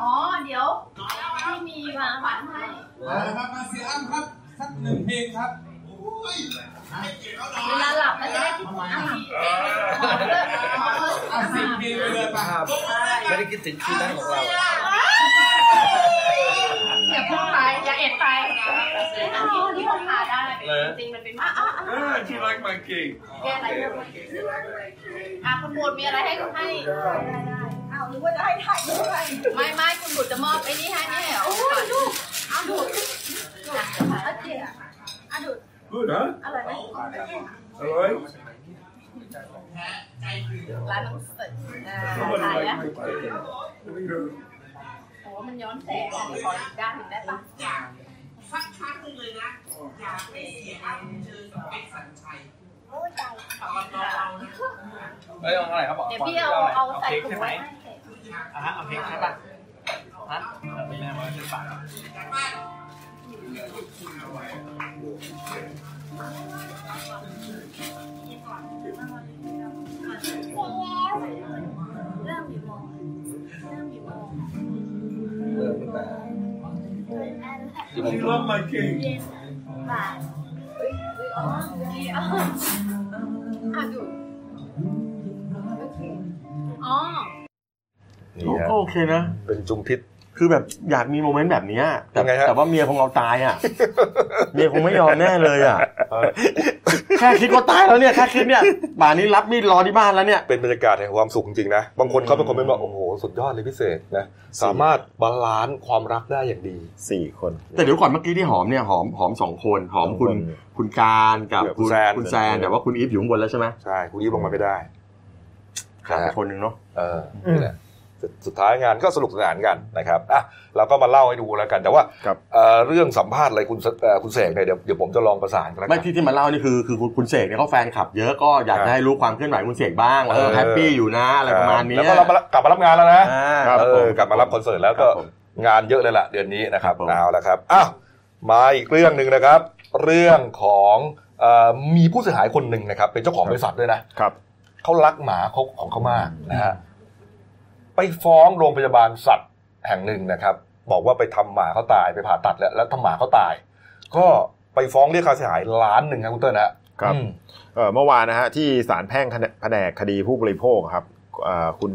F: อ๋อ เดี๋ยวที่มีมาฝันให้เวลาหลับก็จะได้คิดถึงอาหารขอเลิกขอเลิกอาหาร
G: ไม่ได้คิดถึงคืนนั้นของเรา
F: อย่าพูดไปอย่าเอ็ดไปอันนี้ที่ผมหาได้จริงๆมันเป็นมาอ่ะอ่ะอ่ะ
G: She like my cake
F: แกอะไรเยอะไปอ่ะคุณบูดมีอะไรให้คุณให้อ้าวรู้ว่าจะให้ถ่ายด้วยไม่ไม่คุณบูดจะมอบไอ้นี่ให้เนี่ยโอ้ยลูกอ้าวดูดดูดโอเคอ้าวดูด
G: Good huh
F: อร่อยไหม
G: อร่อย
F: ร้านน้ำสดอ่าถ่ายแล้ว โอ้มันย้อนแสงอ่ะขออีกด้านหนึ่งได้ปะ
G: เอ้ยเอาอะไรครับบอก
F: เดี๋ยวพี่เอาเอาใส่ถุง
G: ใช่ไหม
F: ไว้ให้
G: อ่ะฮะเอาเค้กใช่ป่ะฮะเอาไปแม่มาใช่ป่ะ
F: เริ่มมีโมงเริ่มมีโมง
G: ที่ผมร่วมมาเก่ง
F: เย็นบ่ายเฮ้ยเฮ้ยอ๋อดีอ๋ออ่ะดูโอเคอ๋อ
A: นี่ฮะ
B: ก็โอเคนะ
A: เป็นจุมพิษ
B: คือแบบอยากมีโมเมนต์แบบเนี้ยแต่
A: ยังไงฮะ
B: แต่ว่าเมียคงเอาตายอ่ะ เมียคงไม่ยอมแน่เลยอ่ะเออแค่คิดก็ตายแล้วเนี่ยแค่คิดเนี่ยป่านนี้รับมีดรอที่บ้านแล้วเนี่ย
A: เป็นบรรยากาศแห่งความสุขจริงๆนะ บางคนเขาเป็นคนเป็นแบบโอ้โห สุดยอดเลยพิเศษนะ สามารถบาลานซ์ความรักได้อย่างดี
H: สี่คน
B: แต่เดี๋ยวก่อนเมื่อกี้ที่หอมเนี่ยหอมหอมสองคนหอม
H: สองคน
B: คุณคุณการกับ
A: กับคุ
B: คุณ ณ
A: แซน
B: คุณแซนแต่ว่าคุณอีฟอยู่ข้างบนแล้วใช่ไหม
A: ใช่คุณยิบลงมาไม่ได้
B: ขาดไปคนหนึ่งเนาะ
A: เออนี่แหละสุดสุดท้ายงานก็สนุกสนานกันนะครับอ่ะเราก็มาเล่าให้ดูแล้วกันแต่ว่า
H: ครับ
A: เอ่อเรื่องสัมภาษณ์อะไรคุณเอ่อคุณเสกเนี่ยเดี๋ยวเดี๋ยวผมจะลองประสานกันแล้วกั
B: ไม่
A: น
B: ที่ที่มาเล่านี่คือคือคุณคุณเสกเนี่ยเขาแฟนคลับเยอะก็อยาก
A: ครับ
B: จะให้รู้ความเคลื่อนไหวคุณเสกบ้างว่าเออ
A: เออ
B: แฮปปี้อยู่นะอะไรประมาณนี้
A: แล้วก็เรามากลับมารับงานแล้วนะ
B: อ่า
H: ครับ
A: เออ
H: ผม
A: กลับมารับคอนเสิร์ตแล้วก็
B: ครับผม
A: งานเยอะเลยล่ะเดือนนี้นะครับ
B: ครับผม
A: เอาละครับอ้าวมาอีกเรื่องหนึ่งนะครับ เรื่องของเอ่อมีผู้เสียหายคนหนึ่งนะครับ เป็นเจ้าของบริษัทด้วยนะครับ เขารักหมาเขาของเขามากนะฮะไปฟ้องโรงพยาบาลสัตว์แห่งหนึ่งนะครับ บอกว่าไปทำหมาเขาตายไปผ่าตัดแล้วแล้วทำหมาเขาตาย ก็ไปฟ้องเรียกค่าเสียหายล้านหนึ่งครับคุณเต้ลนะฮะ
H: ครับ
A: อืม
H: เอ่อเมื่อวานนะฮะที่ศาลแพ่งแผนกคดีผู้บริโภคครับเอ่อคุณ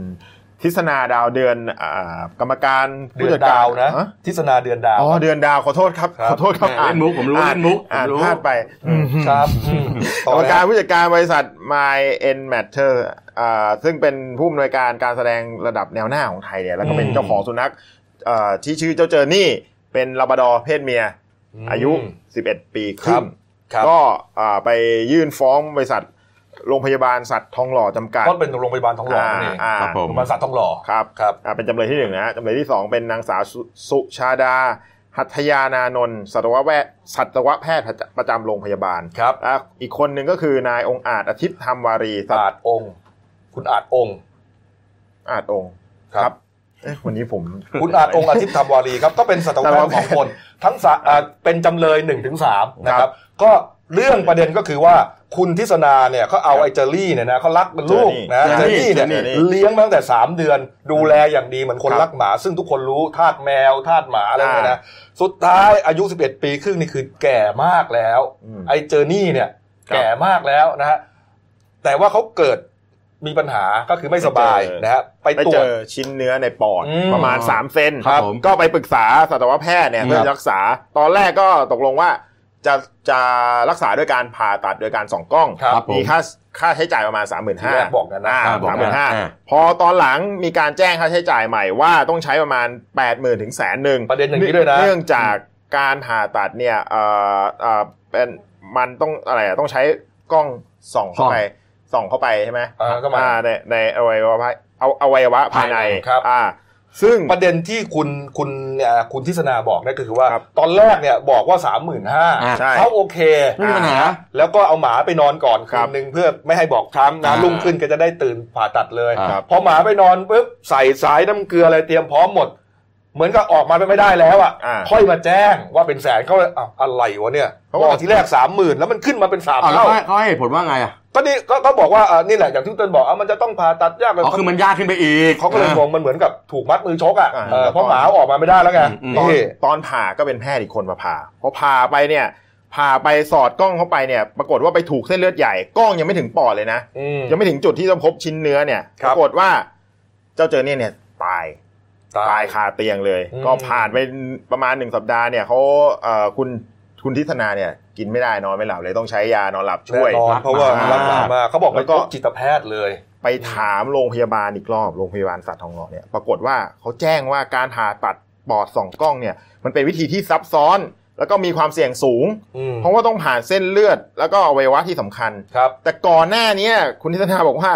H: ทิศนาดาวเดือนอ่ากรรมการ
A: เดื
H: ผู้
A: อน
H: จักร
A: ดาวนะ
H: ฮ
A: ทิศนาเดือนดาว
H: อ๋อเดือนดาวขอโทษครับ
A: ครับ
H: ขอโทษครับ
B: เล่นมุกผมรู้
H: อ่า
B: เล่นมุก
H: อ่าน
B: ผมรู้
H: พลาดไป
A: ครับอืม
H: ก
A: ต่
H: ร
A: อ
H: ร
A: เล
H: ม
A: ย
H: การ
A: ฮะ
H: ผู้จัดการบริษัท My N Matter อ่าซึ่งเป็นผู้อำนวยการการแสดงระดับแนวหน้าของไทยเนี่ยแล้วก็เป็น
A: อืม
H: เจ้าของสุนัขเอ่อที่ชื่อเจ้าเจอนี่เป็นลาบราดอร์เพศเมีย อายุ 11 ปีครึ่ง
A: ครับ
H: ก็อ่าไปยื่นฟ้องบริษัทโรงพยาบาลสัตว์ทองหล่อจำกัด
A: ก็เป็นโรงพยาบาลทองหล่อนั่นเอง
H: อ่า
B: ครับผ
A: โรง
B: ม
A: พยาบาลสัตว์ทองหล่อ
H: ครับ
A: ครับ
H: อ่าเป็นจำเลยที่หนึ่งนะฮะจำเลยที่สองเป็นนางสาวสุสุชาดา หัตถยานานนท์สัตวแพทย์สัตวแพทย์ประจำโรงพยาบาล
A: ครับ
H: อ่าอีกคนหนึ่งก็คือนายองค์อาจอาทิตย์ธรรมวารีสัต
A: อา
H: ว์
A: จองค์ คุณอาจองค์
H: อาจองค์
A: ครับ
H: เอ๊ะวันนี้ผม
A: คุณอาจองค์อาทิตย์ธรรมวารีครับ ก็เป็นสัตวแพทย์สองคน ทั้งสาอ่าเป็นจำเลยหนึ่งถึงสามนะค
H: ครั
A: รับ
H: บ
A: ก็เรื่องประเด็นก็คือว่าคุณทิศนาเนี่ยเขาเอาไอ้เจอรี่เนี่ยนะเขารักเป็นลูกนะ
H: เจ
A: เจ
H: อ
A: อ
H: รี่
A: รี่เนี่ย
H: เจอรี่
A: เลี้ยงมาตั้งแต่ 3 เดือน ดูแลอย่างดีเหมือนคน
H: ครับ
A: รักหมา ซึ่งทุกคนรู้ทาสแมวทาสหมาอะไรเนี่ยนะ
H: อ่า
A: สุดท้ายอายุ 11 ปีครึ่งนี่คือแก่มากแล้ว
H: อืม
A: ไอ้เจอรี่เนี่ย
H: ครับ
A: แก่มากแล้วนะฮะแต่ว่าเขาเกิดมีปัญหาก็คือไม่สบาย
H: ไปเจอ
A: นะฮะไป
H: ไป
A: ตร
H: เจ
A: วจ
H: อชิ้นเนื้อในปอด
A: อืม
H: ประมาณ 3 เซน
B: ครับผม
H: ก็ไปปรึกษาสัตวแพทย์เนี่ย
A: ครับ
H: เพื่อรักษา ตอนแรกก็ตกลงว่าจะจะรักษาด้วยการผ่าตัดโดยการส่องกล้อง
A: ครับ
B: ผม
H: มีค่าค่าใช้จ่ายประมาณ 3 5 0 0 0
A: ที่แรกบอกกันนะ
B: บอก
H: สามห
B: กั
H: มื่
B: น
H: นห้า
B: อ่า
H: พอตอนหลังมีการแจ้งค่าใช้จ่ายใหม่ว่าต้องใช้ประมาณ 8 0,000ถึงแสนหนึ่ง
A: ประเด็นอย่างนี้ด้วยนะ
H: เนื่องจากการผ่าตัดเนี่ยเอ่อเอ่อเป็นมันต้องอะไรอะต้องใช้กล้องส่องเข้าไปส่องเข้าไปใช่ไหม
A: เออก็มา
H: อ่าในในอวัยวะภายเอาอวัยวะภายใน
A: ครับ
H: อ่า ซึ่ง
A: ประเด็นที่คุณคุณเอ่อคุณทิศนาบอกนั่นก็คือว่า
H: ครับ
A: ตอนแรกเนี่ยบอกว่าสามหมื่นห้า
B: อ่า
H: ใช่
A: เขาโอเค
B: ไม่มีปัญหา
A: แล้วก็เอาหมาไปนอนก่อน
H: ครั
A: คื
H: บ
A: นหนึ่งเพื่อไม่ให้บอกช้ำนะ
B: อ่า
A: ลุ่งขึ้นก็จะได้ตื่นผ่าตัดเลย
H: ครับ
A: พอหมาไปนอนปุ๊บใส่สายน้ำเกลืออะไรเตรียมพร้อมหมด เหมือนกับออกมาไม่ได้แล้วอ่ะ
H: อ่า
A: ค่อยมาแจ้งว่าเป็นแสนเขาเลยอ้าวอะไรวะเนี่ย
H: เขา
A: บบ อ
H: อก
A: กทีแรกสามหมื่นแล้วมันขึ้นมาเป็นสาม
B: าวแล้ว
A: เท่า
B: เขาให้เขาให้เหตุผลว่าไงอ่ะ
A: ก็นี่ก็ก็บอกว่าอ่านี่แหละอย่างที่เต้นบอกอ่ะมันจะต้องผ่าตัดยากเลย
B: อ๋อคือมันยากขึ้นไปอีก
A: เขาก็เลยงงมันเหมือนกับถูกมัดมือชกอ่ะ
H: อ่า
A: เออเพราะหมาออกมาไม่ได้แล้วไง
B: อืม
H: ตอน
A: นี่
H: ตอนผ่าก็เป็นแพทย์อีกคนมาผ่าพอผ่าไปเนี่ยผ่าไปสอดกล้องเข้าไปเนี่ย ปรากฏว่าไปถูกเส้นเลือดใหญ่กล้องยังไม่ถึงปอดเลยนะ
A: อืม
H: ยังไม่ถึงจุดที่ต้องพบชิ้นเนื้อเนี่ย
A: ครับ
H: ปรากฏว่าเจ้าเจอเนี่ยเนี่ยตาย ตายคาเตียงเลย
A: อืม
H: ก็ผ่านไปประมาณหนึ่งสัปดาห์เนี่ยเขาเอ่อคุณคุณทิศนาเนี่ย กินไม่ได้นอนไม่หลับเลยต้องใช้ยานอนหลับช่วย
A: แน่นอนเพราะว่า
H: รั
A: รับ
H: ก
A: หมา
H: หา
A: มาม
H: มาก
A: เขาบอกไป
H: แล้ว
A: พ
H: ก็
A: บจิตแพทย์เลย
H: ไปถามโรงพยาบาลอีกรอบโรงพยาบาลสัตว์ทองหล่อเนี่ยปรากฏว่าเขาแจ้งว่าการผ่าตัดปอดสองกล้องเนี่ย มันเป็นวิธีที่ซับซ้อน แล้วก็มีความเสี่ยงสูง
A: อืม
H: เพราะว่าต้องผ่านเส้นเลือด แล้วก็อวัยวะที่สำคัญ
A: ครับ
H: แต่ก่อนหน้าเนี้ยคุณทิศนาบอกว่า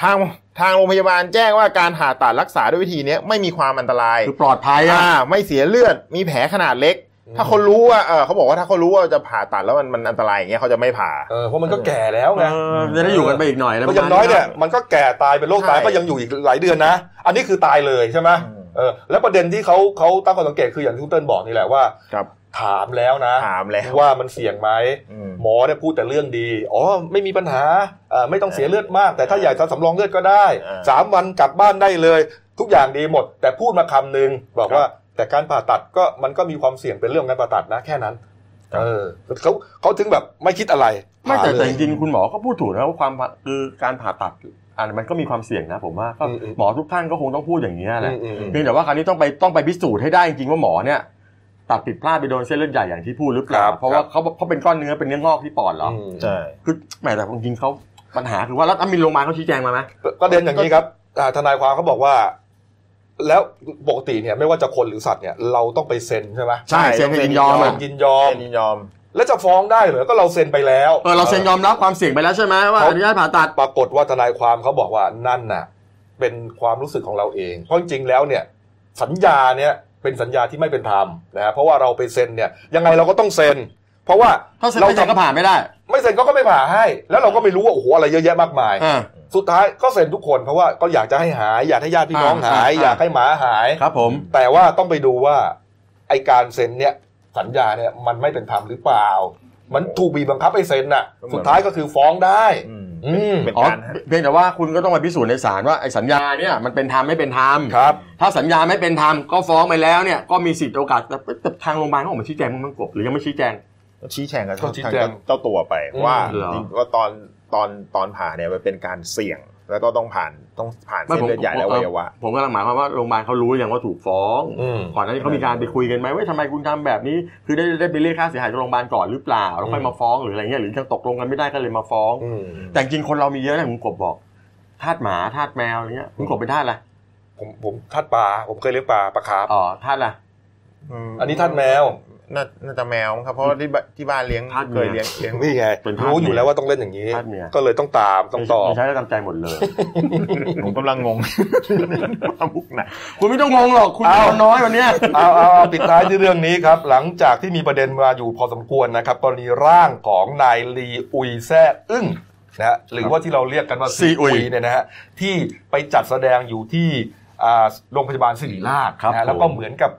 H: ทางทางโรงพยาบาลแจ้งว่าการผ่าตัดรักษาด้วยวิธีเนี้ยไม่มีความอันตราย
B: คือปลอดภัยอ่ะ
H: อ่าไม่เสียเลือดมีแผลขนาดเล็ก
A: อืม
H: ถ้าคนรู้ว่าเออเขาบอกว่าถ้าเขารู้ว่าจะผ่าตัดแล้วมันมันอันตรายอย่างเงี้ยเขาจะไม่ผ่า
A: เออเพราะมันก็แก่แล้วไง
B: เออจะได้อยู่กันไปอีกหน่อยะ
A: ก็อยังน้อยเนี่ยมันก็แก่ตายเป็นโรคตาย
H: ใช่
A: ก็ยังอยู่อีกหลายเดือนนะ อันนี้คือตายเลยใช่ไหม
H: อืม
A: เออแล้วประเด็นที่เขาเขาตั้งข้อสังเกตคืออย่างที่คุณเติ้ลบอกนี่แหละว่า
H: ครับ
A: ถามแล้วนะ
H: ถามแล้ว
A: ว่ามันเสี่ยงไหม
H: อืม
A: หมอเนี่ยพูดแต่เรื่องดีอ๋อไม่มีปัญหาเอ่อไม่ต้องเสียเลือดมาก แต่ถ้าอยากจะสำรองเลือดก็ได้
H: เออ
A: สามวันกลับบ้านได้เลย ทุกอย่างดีหมด แต่พูดมาคำหนึงบอกว่า แต่การผ่าตัดก็มันก็มีความเสี่ยงเป็นเรื่องการผ่าตัดนะแค่นั้น
H: ครับ
A: เออเขาเขาถึงแบบไม่คิดอะไร
B: ไม่แต่
A: ผ่าเลย
B: แต่จริงๆคุณหมอก็พูดถูกนะว่าความคือการผ่าตัดอันมันก็มีความเสี่ยงนะ ผมว่าก็
A: อืมอืม
B: หมอทุกท่านก็คงต้องพูดอย่างนี้ยแหละ
A: อืมอืม
B: เพียงแต่ว่าคราวนี้ต้องไปต้องไปพิสูจน์ให้ได้จริงๆว่าหมอเนี่ย ตัดผิดพลาดไปโดนเส้นเลือดใหญ่อย่างที่พูดหรือเปล่าเพราะว่าเขาเขาเป็นก้อนเนื้อเป็นเนื้องอกที่ปอดเหรอ
A: อืม
H: ใช่
B: คือแหมแต่จริงๆเขาปัญหาคือว่าแล้วมีโรงพยาบาลเขาชี้แจงมาไหม
A: ประเด็นอย่างนี้ครับอ่าทนายความเขาบอกว่า แล้วปกติเนี่ยไม่ว่าจะคนหรือสัตว์เนี่ยเราต้องไปเซ็นใช่ไหม
B: ใช่เซ็นให้ยินยอม
A: เซ็
B: อะ
A: นยินยอม
H: ยินยอม
A: แล้วจะฟ้องได้เหรอก็เราเซ็นไปแล้ว
B: เออเราเซ็นยอมรับความเสี่ยงไปแล้วใช่ไหมว่า
A: เขา
B: อนุญาตผ่าตัด
A: ปรากฏว่าทนายความเขาบอกว่านั่นน่ะ เป็นความรู้สึกของเราเองเพราะจริงๆแล้วเนี่ย สัญญาเนี่ยเป็นสัญญาที่ไม่เป็นธรรมนะฮะเพราะว่าเราไปเซ็นเนี่ยยังไงเราก็ต้องเซ็น เพราะว่า
B: ถ้าเซ็นไม่เซ็นก็ผ่านไม่ได้
A: ไม่เซ็นเขาก็ไม่ผ่าให้ แล้วเราก็ไม่รู้ว่าโอ้โหอะไรเยอะแยะมากมาย
B: อ่า
A: สุดท้ายก็เซ็นทุกคนเพราะว่าก็อยากจะให้หาย อยากให้ญาติพี่น้องหาย
B: อ่าใช่
A: อยากให้หมาหาย
B: ครับผม
A: แต่ว่าต้องไปดูว่าไอการเซ็นเนี่ยสัญญาเนี่ยมันไม่เป็นธรรมหรือเปล่า มันถูกบีบบังคับให้เซ็นน่ะ
H: ก็เหมือน
A: สุดท้ายก็คือฟ้องได้
H: อืม
A: อืม
H: เป็น
B: อ๋อ
H: การ
B: เพียงแต่ว่าคุณก็ต้องไปพิสูจน์ในศาลว่าไอ้สัญญาเนี่ยมันเป็นธรรมไม่เป็นธรรม
A: ครับ
B: ถ้าสัญญาไม่เป็นธรรมก็ฟ้องไปแล้วเนี่ยก็มีสิทธิ์โอกาสแต่แต่ทางโรงพยาบาลเขาออกมาชี้แจงมั้งมั้งกบหรือยังไม่ชี้แจง
H: ชี้แจงกับ
A: เขาชี้
H: ทาง
A: แจง
H: เจ้าตัวไป
A: อืม
H: ว่า
B: เหรอ
H: ว่าตอนตอนตอนผ่าเนี่ยมันเป็นการเสี่ยง แล้วก็ต้องผ่านต้องผ่าน
B: ไม่
H: เส้นเลือดใหญ่และอวัยวะ
B: ผมกำลังหมายความว่าโรงพยาบาลเขารู้หรือยังว่าถูกฟ้อง
A: อืม
B: ก่อนหน้านี้เขามีการไปคุยกันไหมว่าทำไมคุณทำแบบนี้ คือได้ได้ไปเรียกค่าเสียหายจากโรงพยาบาลก่อนหรือเปล่าแล้วค่อยมาฟ้องหรืออะไรเงี้ยหรือยังตกลงกันไม่ได้ก็เลยมาฟ้อง
A: อืม
B: แต่จริงๆคนเรามีเยอะนะคุณกบบอกทาสหมาทาสแมวอะไรเงี้ยคุณกบเป็นทาสอะไร
A: ผมผมทัดปลาผมเคยเลี้ยงปลาปลาคาร์ฟ
B: อ๋อทาสอะไร
A: อันนี้ทัดแมว
H: น่าน่าจะแมวมั้งครับเพราะว่าที่บ้านที่บ้านเลี้ยง
B: ทาสแมว
H: เคยเลี้ยงเลี้ยง
A: นี่ไง
B: เป็นทาส
A: รู้อยู่
B: เมีย
A: แล้วว่าต้องเล่นอย่างนี้
B: ทาสเมีย
A: ก็เลยต้องตามต้องต่อบ
B: ใช้แล้วตามใจหมดเลย
H: ผมกำลัง งงว่ามุกไหน
B: คุณไม่ต้องงงหรอกคุณเป็นคนน้อยวันเนี้ย
A: เอาเอาเอาปิดท้ายที่เรื่องนี้ครับ หลังจากที่มีประเด็นมาอยู่พอสมควรนะครับกรณีร่างของนายลีอุยแซ่อึ้งนะฮะหรือว่าที่เราเรียกกันว่า
B: ซีอุย
A: ซีเนี่ยนะฮะที่ไปจัดแสดงอยู่ที่อ่าโรงพยาบาลศิริราช
B: ราชครับ
A: นะฮะแล้วก็
B: ผม
A: เหมือนกับ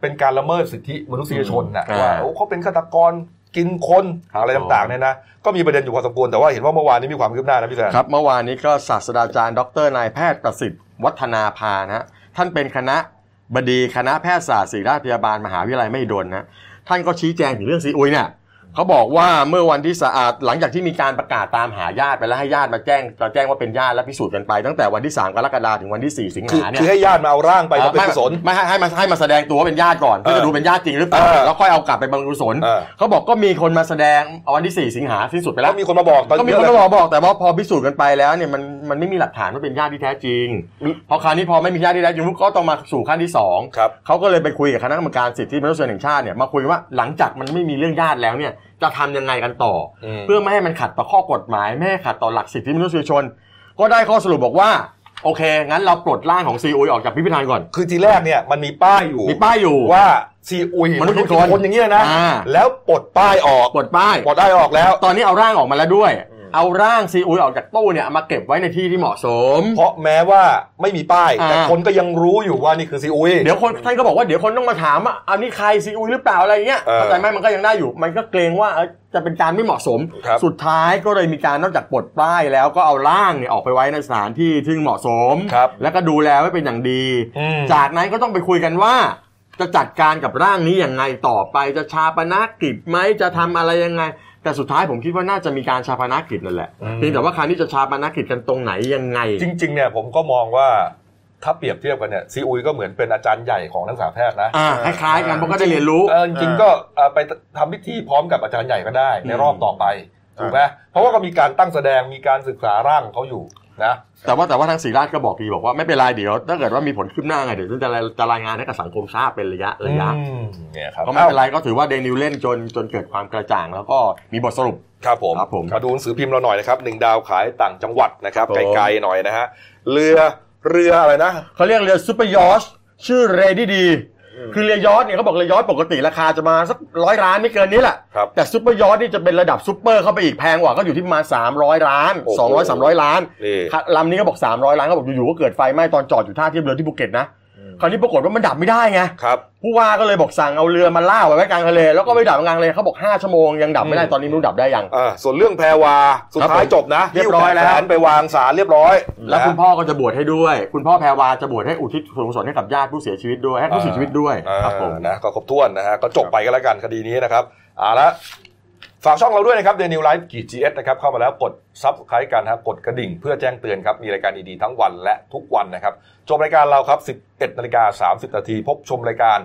A: เป็นการละเมิดสิทธิมนุษยชนนะ
B: อ่า
A: ว่าโอ้เขาเป็นฆาตกรกินคน
B: ครับ
A: อะไร
B: ผม
A: ต่างๆเนี่ยนะก็มีประเด็นอยู่พอสมควรแต่ว่าเห็นว่าเมื่อวานนี้มีความคืบหน้านะพี่แซน
B: ครับเมื่อวานนี้ก็ศาสตราจารย์ ดรนายแพทย์ประสิทธิ์วัฒนาพานะฮะท่านเป็นคณะบดีคณะแพทยศาสตร์ศิริราชพยาบาลมหาวิทยาลัยมหิดลนะท่านก็ชี้แจงถึงเรื่องซีอุยเนี่ยเขาบอกว่าเมื่อวันที่สะอาดหลังจากที่มีการประกาศตามหาญาติไปแล้วให้ญาติมาแจ้งเราแจ้งว่าเป็นญาติและพิสูจน์กันไป ตั้งแต่วันที่ 3 กรกฎาคมถึงวันที่ 4 สิง
A: คือ
B: หาเนี่ย
A: คือให้ญาติมาเอาร่างไปแล้วเป็น
B: ไม่
A: กุศล
B: ไม่ให้ให้มาให้มาแสดงตัวว่าเป็นญาติก่อนเพื่อจะดูเป็นญาติจริงหรือเปล่า
A: เออ
B: แล้วค่อยเอากลับไปบำรุงกุศล
A: เออ
B: เขาบอกก็มีคนมาแสดงเอาวันที่ 4 สิงหาสิ้นสุดไปแล้
A: แล้ววมีคนมาบอกตอน
B: ก็มี
A: เย
B: คน
A: อะ
B: ก็
A: เลย
B: บอกบอกแต่ว่าพอพิสูจน์กันไปแล้วเนี่ยมันมันไม่มีหลักฐานว่าเป็นญาติที่แท้จริง
A: อืม
B: พอคราวนี้พอไม่มีญาติที่แท้จริงปุ๊บก็ต้องมาสู่ขั้นที่สอง
A: ครับ
B: เขาก็เลยไปคุยกับคณะกรรมการสิทธิมนุษยชนแห่งชาติเนี่ยมาคุยว่าหลังจากมันไม่มีเรื่องญาติแล้วเนี่ยจะทำยังไงกันต่ออ
A: ม
B: เพื่อไม่ให้มันขัดต่อข้อกฎหมายไม่ให้ขัดต่อหลักสิทธิมนุษยชน ก็ได้ข้อสรุปบอกว่า โอเค งั้นเราปลดร่างของซีอุยออกจากพิพิธภัณฑ์ก่อน
A: คือทีแรกเนี่ยมันมีป้ายอยู่
B: มีป้ายอยู่
A: ว่าซีอุย
B: มนุษย์
A: กิ
B: คน
A: คนอย่างเงี้ยนะ
B: อ่า
A: แล้วปลดป้ายออก
B: ปลดป้าย
A: ปลดได้ายออกแล้ว
B: ตอนนี้เอาร่างออกมาแล้วด้วย เอาร่างซีอุยออกจากตู้เนี่ยเอามาเก็บไว้ในที่ที่เหมาะสม
A: เพราะแม้ว่าไม่มีป้าย
B: อ่า
A: แต่คนก็ยังรู้อยู่ว่านี่คือซีอุย
B: เดี๋ยวคนท่านก็บอกว่าเดี๋ยวคนต้องมาถามว่าอันนี้ใครซีอุยหรือเปล่าอะไรเงี้ย
A: เออ
B: เข้าใจไหมมันก็ยังได้อยู่ มันก็เกรงว่าเอ้ยจะเป็นการไม่เหมาะสม
A: ครับ
B: สุดท้ายก็เลยมีการนอกจากปลดป้ายแล้วก็เอาร่างเนี่ยออกไปไว้ในสถานที่ที่เหมาะสม
A: ครับ
B: แล้วก็ดูแลไว้เป็นอย่างดี
A: อืม
B: จากนั้นก็ต้องไปคุยกันว่า จะจัดการกับร่างนี้ยังไงต่อไป จะชาปนกิจไหมจะทำอะไรยังไง แต่สุดท้ายผมคิดว่าน่าจะมีการชาปนกิจนั่นแหละ
A: อืม
B: เพียงแต่ว่าคราวนี้จะชาปนกิจกันตรงไหนยังไง
A: จริงๆเนี่ยผมก็มองว่าถ้าเปรียบเทียบกันเนี่ยซีอุยก็เหมือนเป็นอาจารย์ใหญ่ของนักศึกษาแพทย์นะ
B: อ่าคล้ายๆกันเพราะก็ได้เรียนรู้
A: เออจริงๆก็เอ่อไปทำพิธีพร้อมกับอาจารย์ใหญ่ก็ได้ในรอบต่อไปถูกไหมเพราะว่าก็มีการตั้งแสดงมีการศึกษาร่างของเขาอยู่นะ
B: แต่ว่าแต่ว่าทางศรีราชก็บอกดีบอกว่าไม่เป็นไรเดี๋ยวถ้าเกิดว่ามีผลคืบหน้าไงเดี๋ยวจะรายจะรายงานให้กับสังคมทราบเป็นระยะระยะ
A: อืมเนี่ยครับ
B: ก็ไม่เป็นไรก็ถือว่าเดนิวเล่นจนจนเกิดความกระจ่าง แล้วก็มีบทสรุป
A: ครับผม
B: ครับผม
A: มาดูหนังสือพิมพ์เราหน่อยนะครับหนึ่งดาวขายต่างจังหวัดนะครับ
H: ครับผม
A: ไกลๆหน่อยนะฮะเรือเรืออะไรนะ
B: เขาเรียกเรือซูเปอร์ยอชชื่อเรดี้ดี คือเรือยอชเนี่ยเขาบอกเรือยอชปกติราคาจะมาสักร้อยล้านไม่เกินนี้แหละ
A: ครับ
B: แต่ซูเปอร์ยอชนี่จะเป็นระดับซูเปอร์เข้าไปอีกแพงกว่าก็อยู่ที่ประมาณ300 ล้าน
A: โอ้โห
B: 200 300 ล้าน
A: นี่
B: ค่ะลำนี้ก็บอก 300 ล้านก็บอกอยู่ๆก็เกิดไฟไหม้ตอนจอดอยู่ท่าเทียบเรือที่ภูเก็ตนะคราวนี้ปรากฏว่ามันดับไม่ได้ไง
A: ครับ
B: ผู้ว่าก็เลยบอกสั่งเอาเรือมาล่ากไว้ไว้กลางทะเลแล้วก็ไปดับกลางทะเลเขาบอก 5 ชั่วโมงยังดับไม่ได้
A: อืม
B: ตอนนี้ไม่รู้ดับได้ยัง
A: อ่าส่วนเรื่องแพรวาสุดท้าย
B: ครับผม
A: จบนะ
B: เรียบร้อยแล้ว
A: หิ้ขนไปวางสารเรียบร้อย
B: แล้ว
A: นะ
B: คุณพ่อก็จะบวชให้ด้วย คุณพ่อแพรวาจะบวชให้อุทิศส่วนกุศลให้กับญาติผู้เสียชีวิตด้วยให้ผู้เสียชีวิตด้วย
A: อ่า
B: ครับผม
A: นะก็ครบถ้วนนะฮะก็จบไปก็แล้วกันคดีนี้นะครับเอาละฝากช่องเราด้วยนะครับเดนิวไลฟ์กีจีเอสนะครับเข้ามาแล้วกดซับสไครต์กันนะครับกดกระดิ่งเพื่อแจ้งเตือนครับ มีรายการดีๆทั้งวันและทุกวันนะครับ จบรายการเราครับ 11นาฬิกา30นาทีพบชมรายการ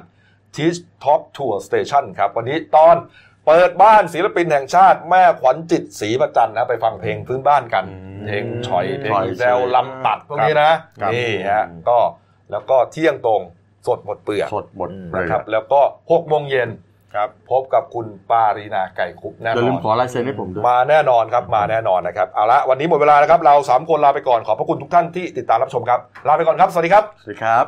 A: t e a c h Talk Tour Station ครับ วันนี้ตอนเปิดบ้านศิลปินแห่งชาติแม่ขวัญจิตศรีประจันนะไปฟังเพลงพื้นบ้านกัน เพลงชอยเพลง
B: ฉ่อย
A: แซว
B: ฉ่อย
A: ลำปัดพวกนี้นะนี่ฮะก็แล้วก็เที่ยงตรงสดหมดเปลือก
B: สดหมดเลย
A: นะครับแล้วก็6โมงเย็นครับพบกับคุณปารีนาไก่คุปแน่
B: อย่าน ลืม
A: อน
B: ขอลายเซ็นให้ผมด้วย
A: มาแน่นอนครับมาแน่นอนนะครับเอาละวันนี้หมดเวลาแล้วครับเรา 3 คนลาไปก่อนขอบพระคุณทุกท่านที่ติดตามรับชมครับ ลาไปก่อนครับ สวัสดีครับ
B: สวัสดีครับ